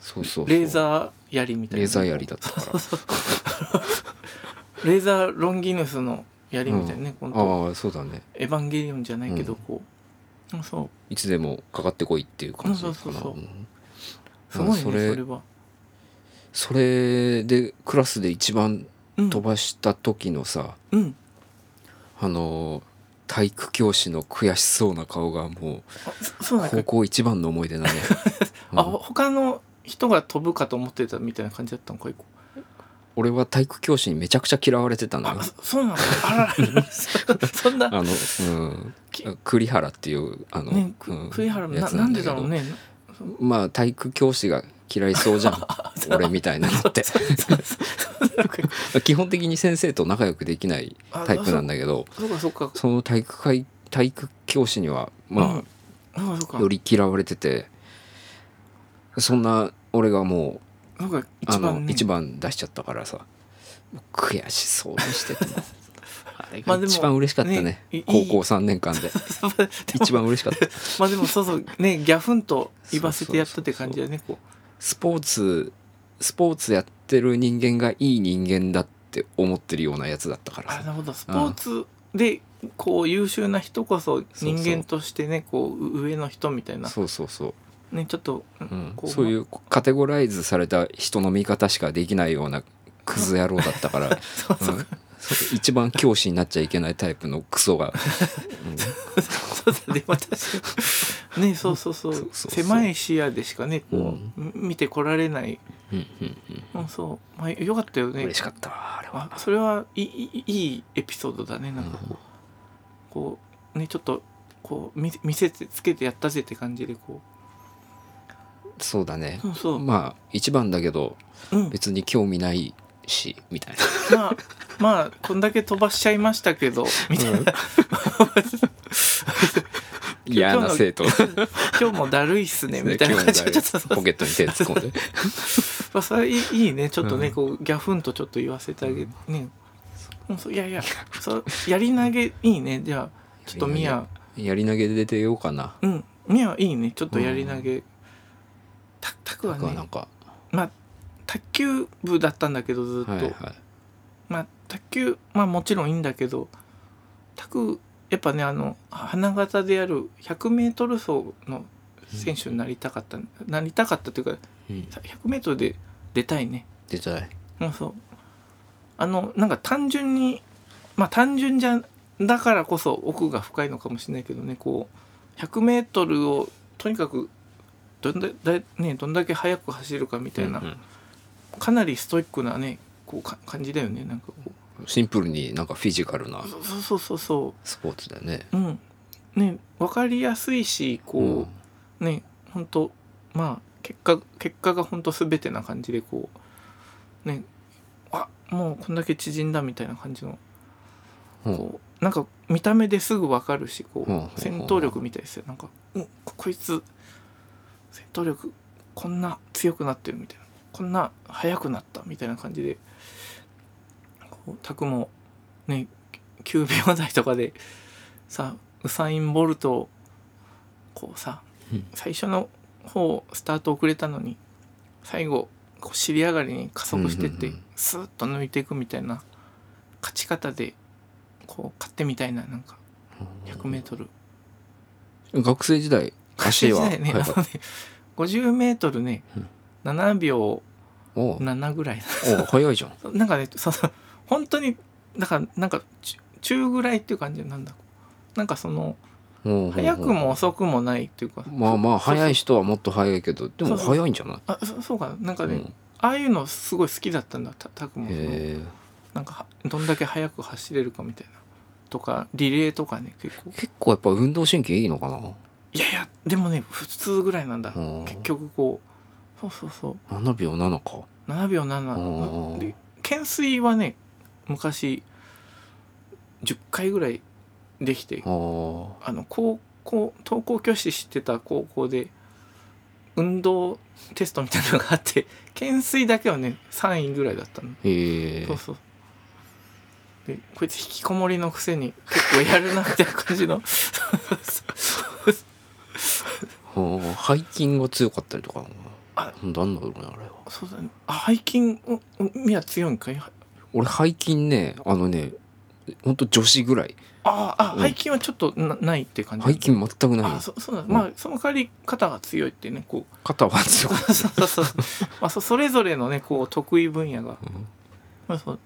Speaker 3: そうそうそう
Speaker 2: レーザー槍みたいな
Speaker 3: レーザーやりだったから
Speaker 2: レーザーロンギヌスの槍みたいなね、この
Speaker 3: ああそうだね
Speaker 2: エヴァンゲリオンじゃないけどこう、うんそう
Speaker 3: いつでもかかってこいっていう感じかな
Speaker 2: そうそうそう
Speaker 3: うん
Speaker 2: すごいね
Speaker 3: そ
Speaker 2: そ
Speaker 3: れ
Speaker 2: れは、
Speaker 3: それでクラスで一番
Speaker 2: うん、
Speaker 3: 飛ばした時のさ、
Speaker 2: うん
Speaker 3: あのー体育教師の悔しそうな顔がも
Speaker 2: あそそう
Speaker 3: う
Speaker 2: なん
Speaker 3: 高
Speaker 2: か、
Speaker 3: 校一番の思 い出だね、うん
Speaker 2: あ他の人が飛ぶかと思ってたみたいな感じだったのか一個
Speaker 3: 俺は体育教師にめちゃくちゃ嫌われてたのよ
Speaker 2: あそそうなの あらららそ そんな
Speaker 3: あの、うん
Speaker 2: き、
Speaker 3: 栗原っていうあの、
Speaker 2: ね
Speaker 3: う
Speaker 2: く
Speaker 3: ん
Speaker 2: 栗原も
Speaker 3: や
Speaker 2: な
Speaker 3: つ
Speaker 2: なん
Speaker 3: け
Speaker 2: で
Speaker 3: ど
Speaker 2: だろうね
Speaker 3: まあ体育教師が嫌いそうじゃ ん俺みたいなのって 基本的に先生と仲良くできないタイプなんだけど
Speaker 2: そうかそうか
Speaker 3: その体育会体育教師にはま
Speaker 2: あそう
Speaker 3: あ
Speaker 2: か
Speaker 3: より嫌われててそんな俺がもう
Speaker 2: そうか
Speaker 3: あ
Speaker 2: 一
Speaker 3: の
Speaker 2: 番ね
Speaker 3: 一番出しちゃったからさ悔しそうにして てもあれ
Speaker 2: まあ
Speaker 3: が
Speaker 2: でも
Speaker 3: 一番嬉しかったね
Speaker 2: ねいい
Speaker 3: 高校3年 間で一番嬉しかった
Speaker 2: まあでもそうそうねギャフンと言わせてやったって感じだねこう
Speaker 3: スポーツスポーツやってる人間がいい人間だって思ってるようなやつだったから
Speaker 2: あな
Speaker 3: さ
Speaker 2: るほどスポーツでこう優秀な人こそ人間としてねこう上の人みたいな
Speaker 3: そうそうそう、
Speaker 2: ねちょっと
Speaker 3: うん
Speaker 2: こ、う
Speaker 3: そういうカテゴライズされた人の見方しかできないようなクズ野郎だったから、
Speaker 2: そう
Speaker 3: う
Speaker 2: そうん
Speaker 3: そう一番教師になっちゃいけないタイプのクソが、
Speaker 2: そうだね私ねそうそうそう
Speaker 3: そうそうそう
Speaker 2: 狭い視野でしかねこう、見てこられない、
Speaker 3: うんうんうんうん
Speaker 2: うん、そうまあよかったよね
Speaker 3: 嬉しかったわあれは
Speaker 2: あそれはいいいいいいエピソードだねなんかこう,、こうねちょっとこう見せ見せてつけてやったぜって感じでこ
Speaker 3: そうだね
Speaker 2: うそうそう、
Speaker 3: まあ一番だけど
Speaker 2: うん、
Speaker 3: 別に興味ないしみたいな
Speaker 2: まあまあこんだけ飛ばしちゃいましたけどみたいな、
Speaker 3: 嫌な生徒です
Speaker 2: 今日もだるいっす ね みたいな
Speaker 3: 今
Speaker 2: 感
Speaker 3: 日
Speaker 2: じ
Speaker 3: も
Speaker 2: でちょっとそう
Speaker 3: ポケットに手突っ込んで
Speaker 2: まあそれいいいいねちょっとね、
Speaker 3: うん
Speaker 2: こうギャフンとちょっと言わせてあげてね、うん、そういやいやそうやり投げいいねじゃあちょっとミヤ
Speaker 3: やり投げで出てようかな。
Speaker 2: うんミヤいいねちょっとやり投げ、たたくは
Speaker 3: 僕はなん
Speaker 2: ね
Speaker 3: か、
Speaker 2: まあ卓球部だったんだけどずっと、
Speaker 3: はいはい。
Speaker 2: まあ卓球まあもちろんいいんだけど卓やっぱねあの花形である 100m 走の選手になりたかった、なりたかったというか
Speaker 3: うん、
Speaker 2: 100m で出たいね
Speaker 3: 出たい。
Speaker 2: うんそうあのなんか単純にまあ単純じゃだからこそ奥が深いのかもしれないけどねこう 100m をとにかくどんだだ、ね、どんだけ速く走るかみたいな、
Speaker 3: うん
Speaker 2: かなりストイックなねこうか感じだよねなんかこう
Speaker 3: シンプルになんかフィジカルな
Speaker 2: そうそうそうそ
Speaker 3: スポーツだよね。
Speaker 2: ううんね分かりやすいしこう、ね本当まあ結果結果が本当すべてな感じでこうねあもうこんだけ縮んだみたいな感じの
Speaker 3: うん、うん
Speaker 2: こうなんか見た目ですぐ分かるしこ
Speaker 3: うんうんうん
Speaker 2: う戦闘力みたいですよなんか「うんここいつ戦闘力こんな強くなってる」みたいな「こんな速くなった」みたいな感じでこうタクもね9秒台とかでさウサイン・ボルトをこうさ
Speaker 3: うん
Speaker 2: 最初の方スタート遅れたのに最後こう尻上がりに加速してっ
Speaker 3: う
Speaker 2: て
Speaker 3: んうんうん
Speaker 2: スーッと抜いていくみたいな勝ち方でこう勝ってみたいななんか 100m
Speaker 3: 学生時代、足は。
Speaker 2: ね、
Speaker 3: はい
Speaker 2: あのね 50m ね、
Speaker 3: うん
Speaker 2: 7秒
Speaker 3: おう
Speaker 2: 7ぐらい
Speaker 3: おう早いじゃん。
Speaker 2: なんかねその本当にだからなんか中中ぐらいっていう感じなんだなんかその
Speaker 3: おう
Speaker 2: 早くも。遅くもないっていうか
Speaker 3: まあまあ、早い人はもっと早いけど、で
Speaker 2: そ
Speaker 3: も
Speaker 2: うそう
Speaker 3: 早いんじゃない
Speaker 2: あそそうかなんか
Speaker 3: う
Speaker 2: ね、
Speaker 3: ん
Speaker 2: ああいうのすごい好きだったんだたたくもその
Speaker 3: へえ
Speaker 2: なんかはどんだけ速く走れるかみたいなとかリレーとかね結構
Speaker 3: 結構やっぱ運動神経いいのかない
Speaker 2: やいやでもね普通ぐらいなんだ
Speaker 3: うん
Speaker 2: 結局こうそうそうそう
Speaker 3: ?7 秒7か。
Speaker 2: 7秒
Speaker 3: う
Speaker 2: 7
Speaker 3: ん
Speaker 2: で懸垂はね昔10回ぐらいできて
Speaker 3: ああ。
Speaker 2: あの高校登校教師してた高校で運動テストみたいなのがあって懸垂だけはね3位ぐらいだったの
Speaker 3: へえ
Speaker 2: そうそうでこいつ引きこもりのくせに結構やるなみたいな感じ の
Speaker 3: おう背筋が強かったりとか。
Speaker 2: あ
Speaker 3: なんだろうね、あれは。
Speaker 2: そうだねあ背筋をみや強いんかいあ
Speaker 3: 俺背筋ねあのねほんと女子ぐらい
Speaker 2: ああ
Speaker 3: うん
Speaker 2: 背筋はちょっとなないって感じ
Speaker 3: 背筋全くない
Speaker 2: あ
Speaker 3: の
Speaker 2: そそうだ、
Speaker 3: ん
Speaker 2: まあその代わり肩が強いってねこう
Speaker 3: 肩は強 く
Speaker 2: そうそうそうまあそそれぞれのねこう得意分野が、まあ、そう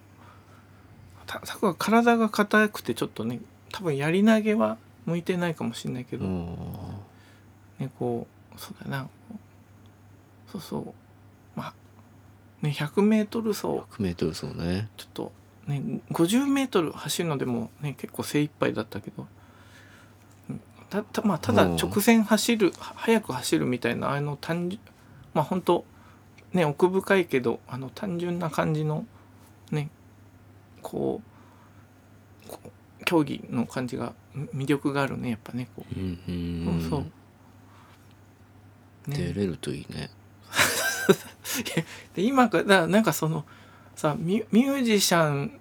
Speaker 2: たただ体が硬くてちょっとね多分やり投げは向いてないかもしれないけ
Speaker 3: う
Speaker 2: ど、
Speaker 3: ん
Speaker 2: ねこうそうだなそうそうまあね 100m 走
Speaker 3: 100m そうね
Speaker 2: ちょっとね 50m 走るのでも、ね、結構精一杯だったけどうんたた,、まあ、ただ
Speaker 3: うん
Speaker 2: 直線走る、は速く走るみたいなあの単純まあ本当ね奥深いけどあの単純な感じのねこうこう競技の感じがん魅力があるねやっぱねこ
Speaker 3: うんう
Speaker 2: う、
Speaker 3: ん
Speaker 2: そうそう、
Speaker 3: 出れるといいね
Speaker 2: で今がだなんかそのさミュミュージシャン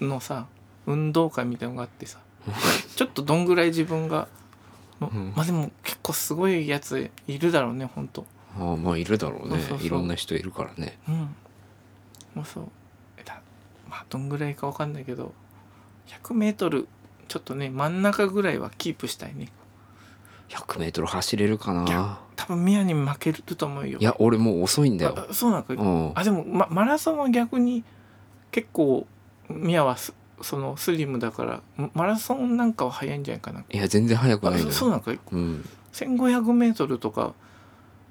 Speaker 2: のさ運動会みたいのがあって さちょっとどんぐらい自分が、の
Speaker 3: うん
Speaker 2: まあでも結構すごいやついるだろうねほんと
Speaker 3: ああまあいるだろう
Speaker 2: そ
Speaker 3: ね
Speaker 2: うそうそう
Speaker 3: いろんな人いるからね
Speaker 2: うんもうそうえだまあどんぐらいかわかんないけど 100m ちょっとね真ん中ぐらいはキープしたいね
Speaker 3: 100m 走れるかな
Speaker 2: 多分ミヤに負けると思うよ
Speaker 3: いや俺もう遅いんだよ
Speaker 2: あそうなんか
Speaker 3: うん
Speaker 2: あでも、ま、マラソンは逆に結構ミヤはすそのスリムだからママラソンなんかは早いんじゃないかない
Speaker 3: や全然速く
Speaker 2: あ
Speaker 3: ない
Speaker 2: そ
Speaker 3: の
Speaker 2: そう
Speaker 3: よ
Speaker 2: なんか
Speaker 3: うん、
Speaker 2: 1500m とか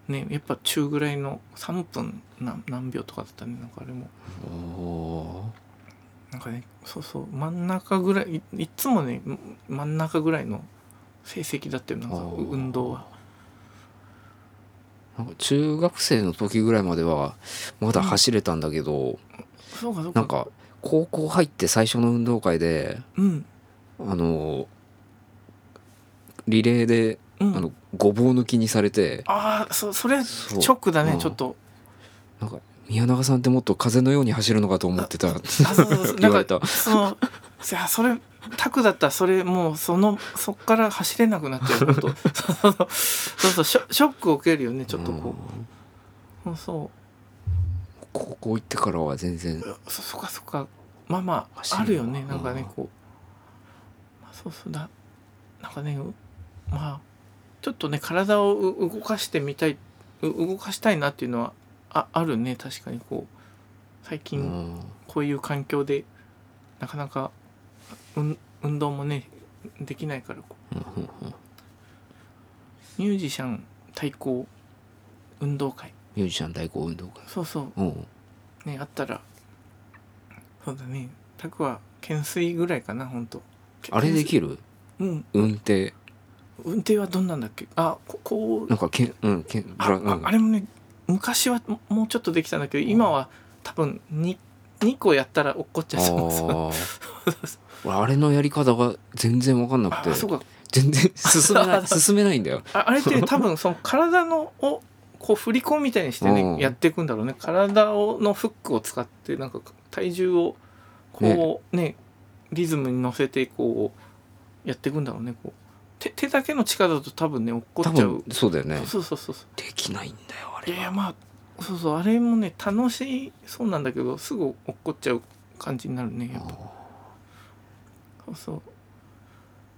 Speaker 2: ねやっぱ中ぐらいの3分何何秒とかだったねなんかあれも
Speaker 3: おー
Speaker 2: なんかねそうそう真ん中ぐらいいいつもねん真ん中ぐらいの成績だったよなんか
Speaker 3: あー
Speaker 2: 運動は
Speaker 3: なんか中学生の時ぐらいまではまだ走れたんだけど、
Speaker 2: そうかそうか
Speaker 3: なんか高校入って最初の運動会で
Speaker 2: うん
Speaker 3: あのリレーで、
Speaker 2: うん
Speaker 3: あのごぼう抜きにされて
Speaker 2: ああそそれシ
Speaker 3: そう
Speaker 2: ョックだね
Speaker 3: うん
Speaker 2: ちょっと
Speaker 3: なんか宮永さんってもっと風のように走るのかと思っ てた
Speaker 2: あそうそうそう
Speaker 3: 言わ
Speaker 2: な
Speaker 3: れ
Speaker 2: ん
Speaker 3: た
Speaker 2: かそのいやそれタクだったらそれもうそのそっから走れなくなっちゃう本当そうそうそうそうショショックを受けるよねちょっとこ
Speaker 3: う
Speaker 2: う、う
Speaker 3: ん
Speaker 2: ん、そ
Speaker 3: 高校行ってからは全然
Speaker 2: うそそっかそっかまあまあ
Speaker 3: 走る
Speaker 2: あるよねなんか
Speaker 3: う
Speaker 2: ね
Speaker 3: ん
Speaker 2: こう、まあ、そうそうだなんかねうまあちょっとね体をう動かしてみたいう動かしたいなっていうのはああるね確かにこう最
Speaker 3: う
Speaker 2: 近、
Speaker 3: ん
Speaker 2: こういう環境でなかなかうん運動もねできないからこうミュージシャン対抗運動会
Speaker 3: ミュージシャン代行運動会
Speaker 2: そうそ
Speaker 3: うん
Speaker 2: うねあったらそうだねタクは懸垂ぐらいかなほんと
Speaker 3: あれできる
Speaker 2: うん
Speaker 3: 運転
Speaker 2: 運転はどんなんだっけあここう
Speaker 3: なんかけんうんけんブ
Speaker 2: あ
Speaker 3: ラう
Speaker 2: あ
Speaker 3: ん
Speaker 2: あれもね昔はももうちょっとできたんだけど今は多分 2, 2個やったら落っこっちゃいそうそう
Speaker 3: あー俺あれのやり方が全然わかんな
Speaker 2: あ
Speaker 3: くて
Speaker 2: そうか
Speaker 3: 全然進め ない進めないんだよ
Speaker 2: ああれって多分その体のをこう振り子みたいにしてね、
Speaker 3: うん
Speaker 2: やっていくんだろうね体をのフックを使ってなんか体重をこうねリズムに乗せてこうやっていくんだろうねこう手手だけの力だと多分ね落っこ
Speaker 3: 多
Speaker 2: っちゃう
Speaker 3: 分、そうだよね
Speaker 2: そうそうそうそ
Speaker 3: できないんだよあ
Speaker 2: うい
Speaker 3: れ
Speaker 2: やいや
Speaker 3: は
Speaker 2: まあそうそうあれもね楽しそうなんだけどすぐ落っこっちゃう感じになるねやっぱそうそ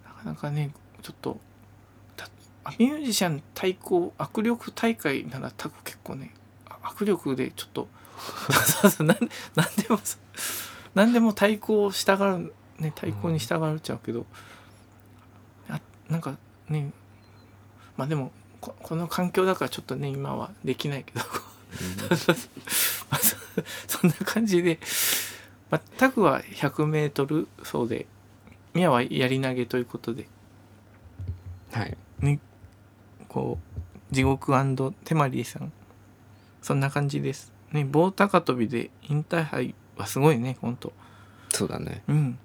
Speaker 2: うなかなかねちょっとたあミュージシャン対抗握力大会なら多分結構ねあ握力でちょっと そうそうなんなんでもそうなんでも対抗したがるね対抗に従っちゃうけど、あなんかねまあでもここの環境だからちょっとね今はできないけど まあそそんな感じで、まあ、タクは 100m 走でミヤはやり投げということで
Speaker 3: はい
Speaker 2: こう地獄テマリーさんそんな感じですね棒高跳びでインターハイはすごいねほんと
Speaker 3: そうだね
Speaker 2: うん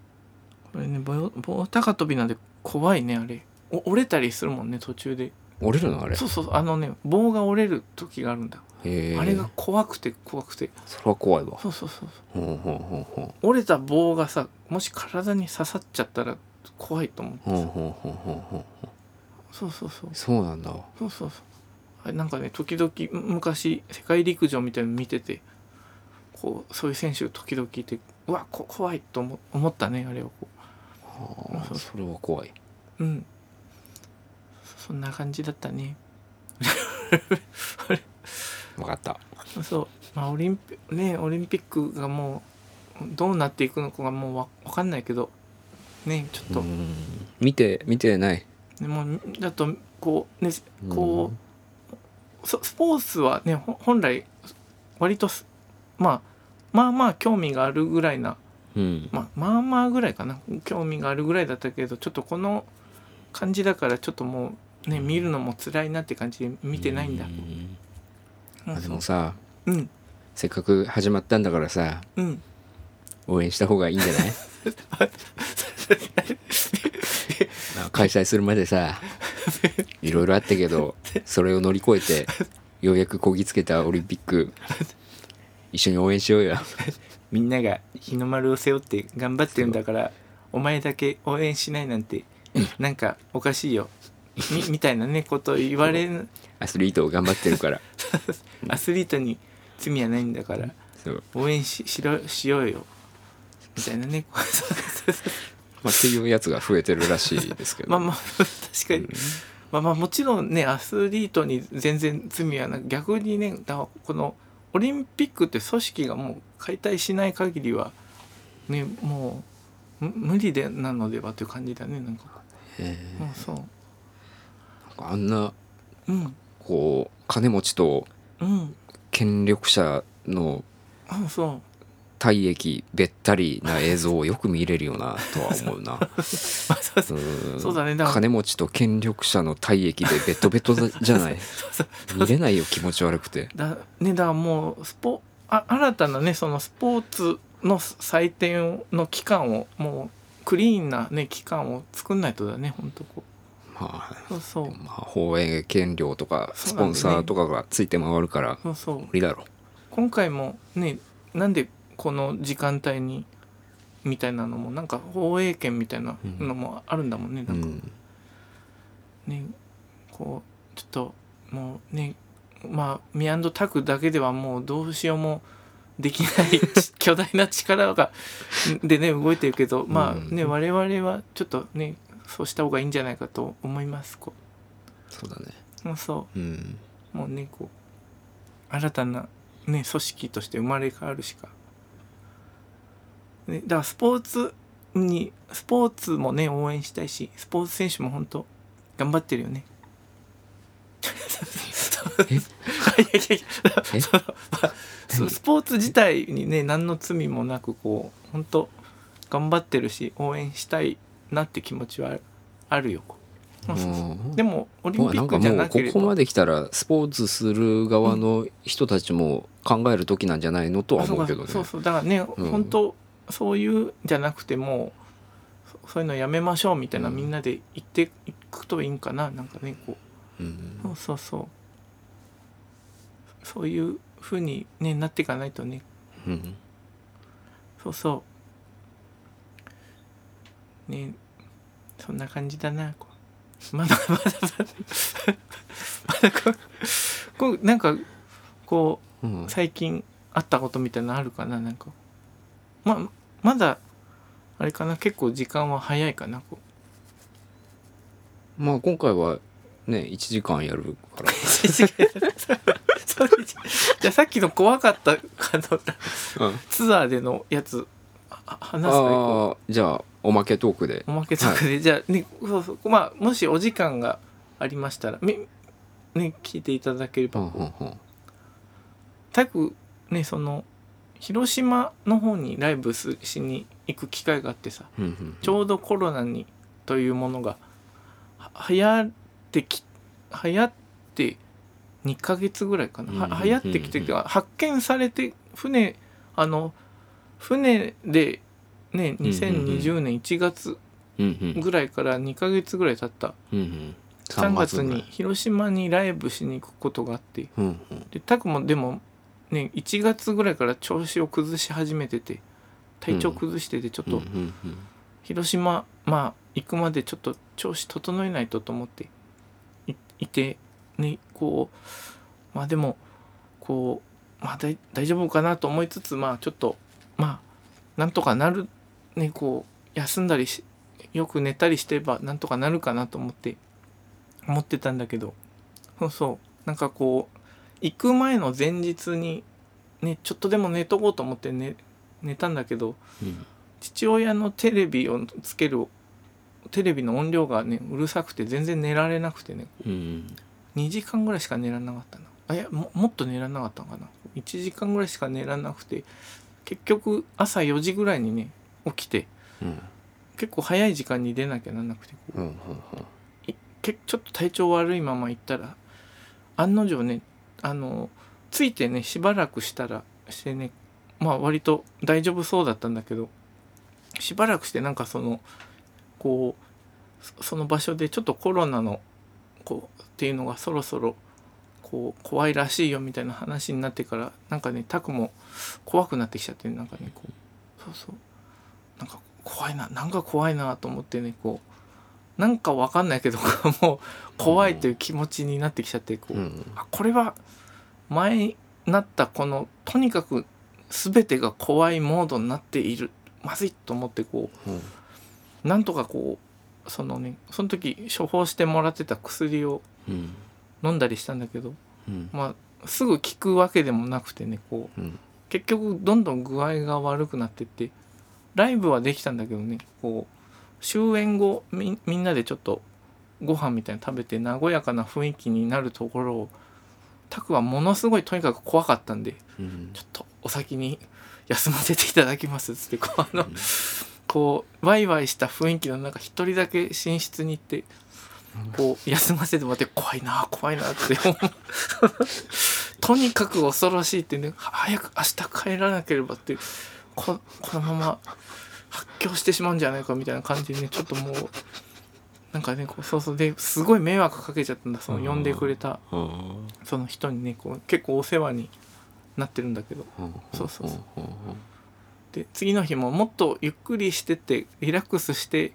Speaker 2: これね棒棒高跳びなんで怖いねあれお折れたりするもんね途中で
Speaker 3: 折れるのあれ
Speaker 2: そうそうあのね棒が折れる時があるんだ、
Speaker 3: へえ
Speaker 2: あれが怖くて怖くて
Speaker 3: それは怖いわ
Speaker 2: そうそうそうそう
Speaker 3: ほうほうほうほう
Speaker 2: 折れた棒がさもし体に刺さっちゃったら怖いと思う
Speaker 3: ほうほうほうほうほう
Speaker 2: そうそうそう
Speaker 3: そうなんだ
Speaker 2: そうそうそうあれなんかね時々む昔世界陸上みたいなの見ててこうそういう選手時々いてうわこ怖いと思思ったねあれをこ
Speaker 3: あ
Speaker 2: そ
Speaker 3: ー
Speaker 2: う
Speaker 3: それは怖いう
Speaker 2: うんそそんな感じだったね
Speaker 3: わかった
Speaker 2: そうまあオリンピねオリンピックがもうどうなっていくのかがもうわわかんないけどねちょっ
Speaker 3: う
Speaker 2: と、
Speaker 3: ん見て見てない
Speaker 2: でもだとこうねこ
Speaker 3: うん
Speaker 2: うそスポーツはねほ本来割とすまあまあまあ興味があるぐらいな、
Speaker 3: うん
Speaker 2: まあ、まあまあぐらいかな興味があるぐらいだったけどちょっとこの感じだからちょっともうね見るのも辛いなって感じで見てないんだ
Speaker 3: う。
Speaker 2: うん
Speaker 3: あでもさ
Speaker 2: うん
Speaker 3: せっかく始まったんだからさ
Speaker 2: うん
Speaker 3: 応援した方がいいんじ ゃないまあ開催するまでさいろいろあったけどそれを乗り越えてようやくこぎつけたオリンピック一緒に応援しようよ
Speaker 2: みんなが日の丸を背負って頑張ってるんだからお前だけ応援しないなんてなんかおかしいよみみたいなねこと言われる
Speaker 3: アスリートを頑張ってるから
Speaker 2: アスリートに罪はないんだから
Speaker 3: そう、
Speaker 2: 応援ししろしようよみたいな ね
Speaker 3: まあ、っていうやつが増えてるらしいですけど
Speaker 2: まあまあ確かに、まあまあもちろんねアスリートに全然罪はなく逆にねだこのオリンピックって組織がもう解体しない限りはねもうむ無理でなのではという感じだねなんか。
Speaker 3: え
Speaker 2: うん、そう。
Speaker 3: ーあんな
Speaker 2: うん、
Speaker 3: こう金持ちと
Speaker 2: うん、
Speaker 3: 権力者の
Speaker 2: うん、そ
Speaker 3: 体液べったりな映像をよく見れるよなとは思うなうん
Speaker 2: そうだねだから
Speaker 3: 金持ちと権力者の体液でベッドベッドじゃない 見れないよ気持ち悪くて
Speaker 2: う。だ、ね、だからもう、スポ、あ、新たなね、そのスポーツの祭典の期間を、もう。クリーンなね、期間を作んないとだね、本当こ
Speaker 3: まあ
Speaker 2: う。そうそう、
Speaker 3: まあ放映権料とか
Speaker 2: そ
Speaker 3: ス
Speaker 2: うな
Speaker 3: ポ
Speaker 2: ん
Speaker 3: ン
Speaker 2: だよね
Speaker 3: サーとかがついて回るから
Speaker 2: そうそう
Speaker 3: 無。理だろ
Speaker 2: 今回も、ね、なんで、この時間帯に。みたいなのも、なんか放映権みたいなのもあるんだもんね、
Speaker 3: う、
Speaker 2: な
Speaker 3: うん
Speaker 2: か。
Speaker 3: ん、
Speaker 2: ねこうちょっともうねまあミアンドタクだけではもうどうしようもできない ち巨大な力がでね動いてるけどまあね、
Speaker 3: うん
Speaker 2: 我々はちょっとねそうした方がいいんじゃないかと思いますこ
Speaker 3: そうだね
Speaker 2: うもうそ
Speaker 3: うん
Speaker 2: うもうねこう新たなね組織として生まれ変わるしか、ね、だからスポーツにスポーツもね応援したいしスポーツ選手も本当頑張ってるよね
Speaker 3: え
Speaker 2: いやいやいや
Speaker 3: え
Speaker 2: そのまあそのスポーツ自体にね何の罪もなくこう本当頑張ってるし応援したいなって気持ちはあるあるよ。そうそうそう
Speaker 3: うん
Speaker 2: でもオリ
Speaker 3: ま
Speaker 2: ン
Speaker 3: あ
Speaker 2: ピ
Speaker 3: な
Speaker 2: ッ
Speaker 3: んか
Speaker 2: クじゃ
Speaker 3: も
Speaker 2: な
Speaker 3: うこ
Speaker 2: けれ
Speaker 3: こま
Speaker 2: ば
Speaker 3: で来たらスポーツする側の人たちも考える時なんじゃないのとは
Speaker 2: あそう
Speaker 3: 思
Speaker 2: か
Speaker 3: うけどね
Speaker 2: そうそうだからね、
Speaker 3: ん
Speaker 2: 本当そういうじゃなくてもうそそういうのやめましょうみたいな、
Speaker 3: うん
Speaker 2: みんなで言っていくといいんかななんかねこう
Speaker 3: うん
Speaker 2: そうそうそうそういう風にねなっていかないとね
Speaker 3: うん
Speaker 2: そうそう。ねそんな感じだな。こう まだまだ まだ。まだこう、こうなんか、こ
Speaker 3: うん
Speaker 2: う、最近あったことみたいなのあるかななんか。ま、まだ、あれかな結構時間は早いかなこ う。
Speaker 3: まあ今回はね1時間やる から
Speaker 2: そうじゃあさっきの怖かった、あの、
Speaker 3: うん
Speaker 2: ツアーでのやつ、あ話すかこう
Speaker 3: ああじゃあおまけトークで
Speaker 2: おまけとかで、じゃあねそうそうまあもしお時間がありましたらみね聞いていただけれ
Speaker 3: う
Speaker 2: ば、
Speaker 3: んうんうん
Speaker 2: たくねその広島の方にライブすしに行く機会があってさ
Speaker 3: うんうん
Speaker 2: ちょうどコロナにというものがは流行ってき流行って2ヶ月ぐらいかな、は
Speaker 3: うんうんうん
Speaker 2: 流行ってきてか発見されて船あの船でね2020年1月、
Speaker 3: うんうん
Speaker 2: ぐらいから2ヶ月ぐらい経った
Speaker 3: うんうん
Speaker 2: 3月
Speaker 3: ぐら
Speaker 2: に
Speaker 3: い
Speaker 2: 広島にライブしに行くことがあって
Speaker 3: うんうん
Speaker 2: でタクもでもね1月ぐらいから調子を崩し始めてて体調崩しててちょっ
Speaker 3: うんう
Speaker 2: と
Speaker 3: ん
Speaker 2: 広島まあ行くまでちょっと調子整えないとと思っていいてねこうまあでもこうまあだい大丈夫かなと思いつつまあちょっとまあなんとかなるねこう休んだりしよく寝たりしてればなんとかなるかなと思って思ってたんだけどそうそうなんかこう行く前の前日にねちょっとでも寝とこうと思って寝寝たんだけど
Speaker 3: うん
Speaker 2: 父親のテレビをつけるテレビの音量がねうるさくて全然寝られなくてね
Speaker 3: うん
Speaker 2: 2時間ぐらいしか寝られなかったなあいやももっと寝られなかったのかな1時間ぐらいしか寝られなくて結局朝4時ぐらいにね起きて
Speaker 3: うん
Speaker 2: 結構早い時間に出なきゃならなくて
Speaker 3: うんうん
Speaker 2: いけちょっと体調悪いまま行ったら案の定ねあのついてねしばらくしたらしてねまあ割と大丈夫そうだったんだけどしばらくしてなんかそのこうそその場所でちょっとコロナのこうっていうのがそろそろこう怖いらしいよみたいな話になってからなんかねタクも怖くなってきちゃってなんかねこうそうそうなんか怖いななんか怖いなと思ってねこうなんかわかんないけど もう怖いという気持ちになってきちゃってこう、
Speaker 3: うんうん
Speaker 2: あこれは前になったこのとにかく全てが怖いモードになっているまずいと思ってこ
Speaker 3: うん
Speaker 2: うなんとかこうそのねその時処方してもらってた薬を
Speaker 3: うん
Speaker 2: 飲んだりしたんだけど
Speaker 3: うん
Speaker 2: まあすぐ効くわけでもなくてねこう
Speaker 3: うん
Speaker 2: 結局どんどん具合が悪くなってってライブはできたんだけどねこう終演後みみんなでちょっとご飯みたいなの食べて和やかな雰囲気になるところをタクはものすごいとにかく怖かったんで
Speaker 3: うん
Speaker 2: ちょっとお先に休ませていただきますっつってこうあのこうワイワイした雰囲気の中一人だけ寝室に行ってこう休ませてもらって怖いな怖いなって 思うとにかく恐ろしいってね早く明日帰らなければってここのまま発狂してしまうんじゃないかみたいな感じでねちょっともうなんかねこうそうそうですごい迷惑かけちゃったんだその呼んでくれた
Speaker 3: うん
Speaker 2: その人にねこう結構お世話になってるんだけどそうそうそ
Speaker 3: うん
Speaker 2: で次の日ももっとゆっくりしてってリラックスして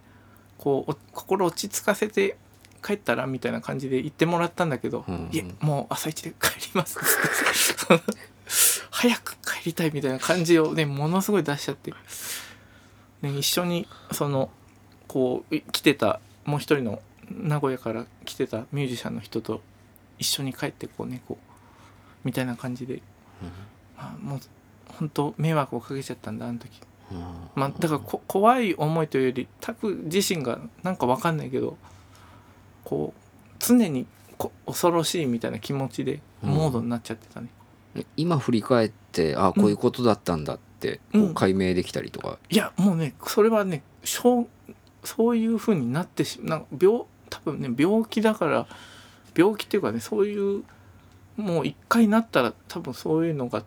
Speaker 2: こうお心落ち着かせて帰ったらみたいな感じで言ってもらったんだけど「
Speaker 3: うんうん
Speaker 2: いえもう朝一で帰ります」 早く帰りたいみたいな感じをねものすごい出しちゃって、ね、一緒にそのこうい来てたもう一人の名古屋から来てたミュージシャンの人と一緒に帰ってこうねこうみたいな感じで、まあ、もう本当迷惑をかけちゃったんだあの時。
Speaker 3: うん
Speaker 2: まあ、だからこ怖い思いというよりタク自身がなんかわかんないけどこう常にこ恐ろしいみたいな気持ちで
Speaker 3: うん
Speaker 2: モードになっちゃってたね、
Speaker 3: 今振り返ってあこういうことだったんだって、
Speaker 2: うん
Speaker 3: こう解明できたりとか、
Speaker 2: いやもうねそれはねしょうそういう風になってしなんか病多分ね病気だから病気っていうかねそういうもう一回なったら多分そういうのが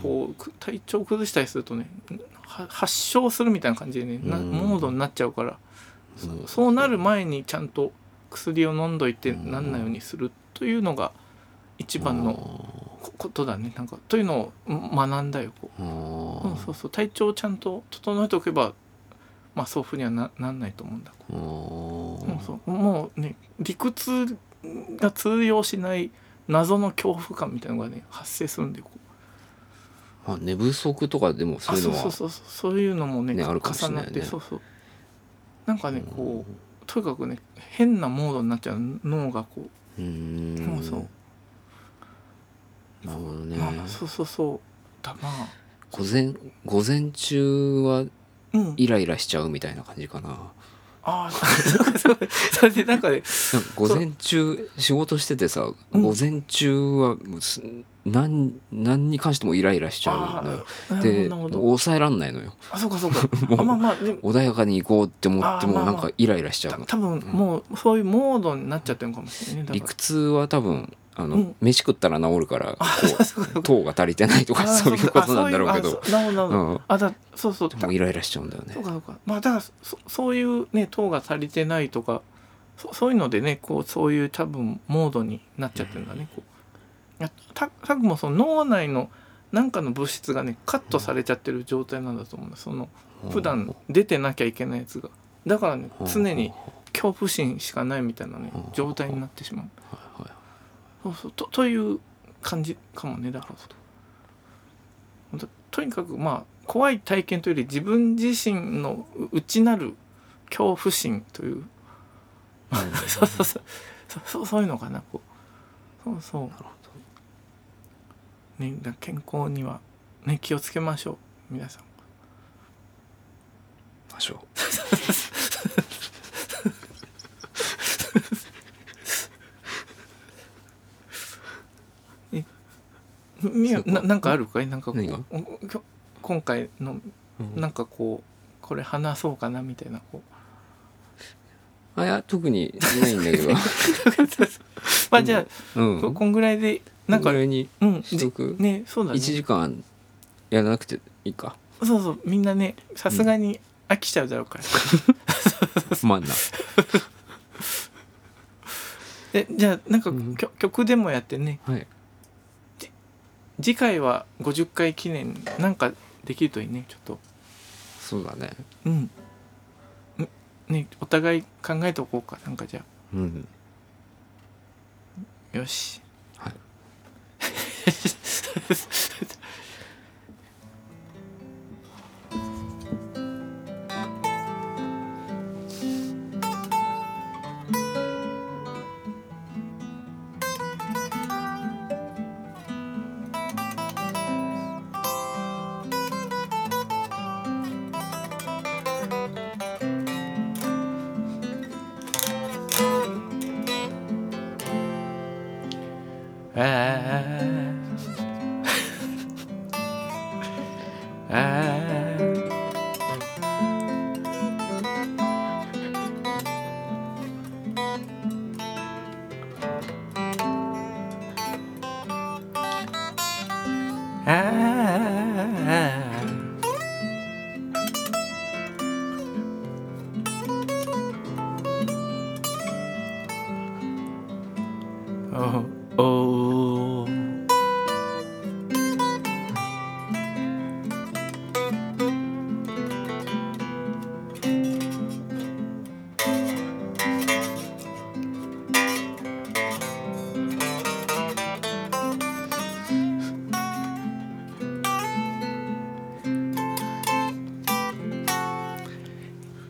Speaker 2: こうく体調崩したりするとねは発症するみたいな感じでねな
Speaker 3: うん
Speaker 2: モードになっちゃうから
Speaker 3: うん、うん
Speaker 2: そうなる前にちゃんと薬を飲んどいて
Speaker 3: うん
Speaker 2: なんないようにするというのが一番のこことだねなんかというのをん学んだよこ
Speaker 3: うん
Speaker 2: う、うん、そうそう体調をちゃんと整えておけばまあそういうふうにはななんないと思うんだ、
Speaker 3: うん
Speaker 2: うん、そうもうね理屈が通用しない謎の恐怖感みたいなのがね発生するんでこう
Speaker 3: あ寝不足とかでもそう
Speaker 2: あ
Speaker 3: いう
Speaker 2: そ
Speaker 3: の
Speaker 2: う
Speaker 3: は
Speaker 2: そうそうそうそういうのもね
Speaker 3: ねあるかもし
Speaker 2: 重
Speaker 3: れな
Speaker 2: ないっ
Speaker 3: よね
Speaker 2: てそうそうなんかねこうとにかくね変なモードになっちゃう脳がこう
Speaker 3: うーん
Speaker 2: そうそう
Speaker 3: なるほどね
Speaker 2: まあ、そうそうそうだまあ
Speaker 3: 午前午前中は
Speaker 2: うん
Speaker 3: イライラしちゃうみたいな感じかな
Speaker 2: ああそうかそう かそれでなんかね
Speaker 3: なんか午前中仕事しててさ
Speaker 2: うん
Speaker 3: 午前中はもうす何何に関してもイライラしちゃうのよ
Speaker 2: あー
Speaker 3: で
Speaker 2: なるほどなるほど
Speaker 3: 抑えらんないのよ
Speaker 2: あそうかそうかあまあまあでも
Speaker 3: 穏やかに行こうって思って
Speaker 2: あー
Speaker 3: も
Speaker 2: まあま
Speaker 3: な
Speaker 2: あ
Speaker 3: んかイライラしちゃ
Speaker 2: た
Speaker 3: うの
Speaker 2: 多分もうそういうモードになっちゃってるのかもしれないねだ
Speaker 3: 理
Speaker 2: から
Speaker 3: 屈は多分あの、
Speaker 2: うん
Speaker 3: 飯食ったら治るか らこ
Speaker 2: そうかそううか
Speaker 3: 糖が足りてないと
Speaker 2: あ
Speaker 3: か
Speaker 2: ー
Speaker 3: そういう
Speaker 2: か
Speaker 3: ことなんだろうけど
Speaker 2: あそういうあそうなるほどなるほど
Speaker 3: うん
Speaker 2: あだそうそう
Speaker 3: でもイライラしちゃうんだよ
Speaker 2: そ
Speaker 3: ね
Speaker 2: うかそうかまあだからそそういうね糖が足りてないとかそそういうのでねこうそういう多分モードになっちゃってるんだねこういやた多分もうその脳内のなんかの物質がねカットされちゃってる状態なんだと思うんだその普段出てなきゃいけないやつがだからね常に恐怖心しかないみたいなね状態になってしまう
Speaker 3: はいはい
Speaker 2: そうそうとという感じかもねだからそうととにかくまあ怖い体験というより自分自身のう内なる恐怖心というそう そうそうそうそうそういうのかなこうそうそ
Speaker 3: なるほど
Speaker 2: う、ね、だ健康にはね気をつけましょう皆さん
Speaker 3: ましょ
Speaker 2: みやななんかあるかいなんかこう
Speaker 3: 何が
Speaker 2: おきょ今回の
Speaker 3: う、
Speaker 2: なんかこうこれ話そうかなみたいなこう
Speaker 3: あいや特にないん だけど
Speaker 2: まあじゃあ、
Speaker 3: うん
Speaker 2: ここんぐらいでなんか
Speaker 3: これに
Speaker 2: うん
Speaker 3: しとく
Speaker 2: じねそうだね
Speaker 3: 1時間やらなくていいか
Speaker 2: そうそうみんなねさすがに飽きちゃうだろうから、
Speaker 3: まんな
Speaker 2: でじゃあなんか、
Speaker 3: うん
Speaker 2: きょ曲でもやってね
Speaker 3: はい
Speaker 2: 次回は50回記念なんかできるといいねちょっと
Speaker 3: そうだね
Speaker 2: うんんねお互い考えておこうかなんかじゃ
Speaker 3: うん
Speaker 2: あよし
Speaker 3: はい
Speaker 2: あーあーあーおお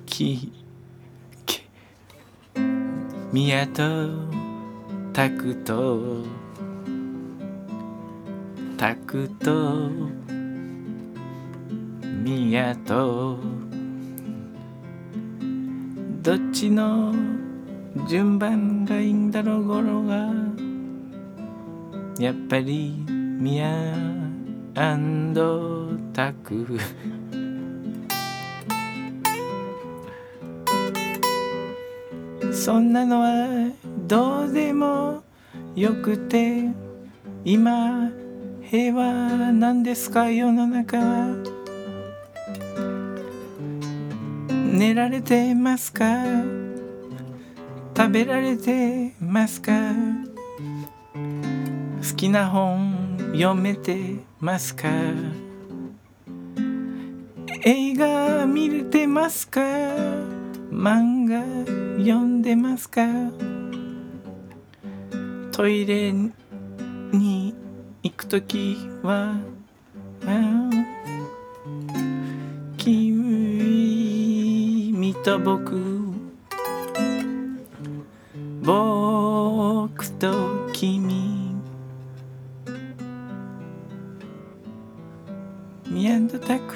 Speaker 2: きき宮とタクトタクトミヤとどっちの順番がいいんだろうゴロがやっぱりミヤタクそんなのはどうでもよくて今平和なんですか世の中は寝られてますか食べられてますか好きな本読めてますか映画見れてますか漫画読んでますかトイレに行くときはあー君と僕僕と君ミアンドタク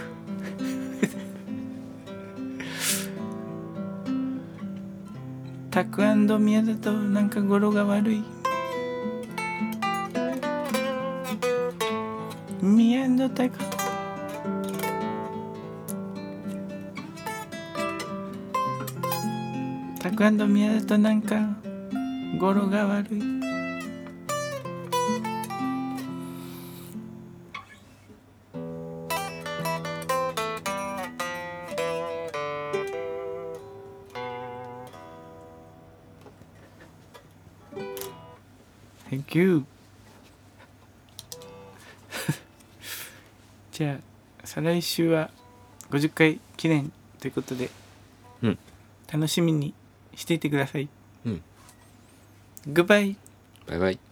Speaker 2: タク宮だとなんか語呂が悪い宮のタクタク宮だとなんか語呂が悪いThank you じゃあ再来週は50回記念ということで、
Speaker 3: うん
Speaker 2: 楽しみにしていてください、
Speaker 3: うん
Speaker 2: グッバイ
Speaker 3: バイバイ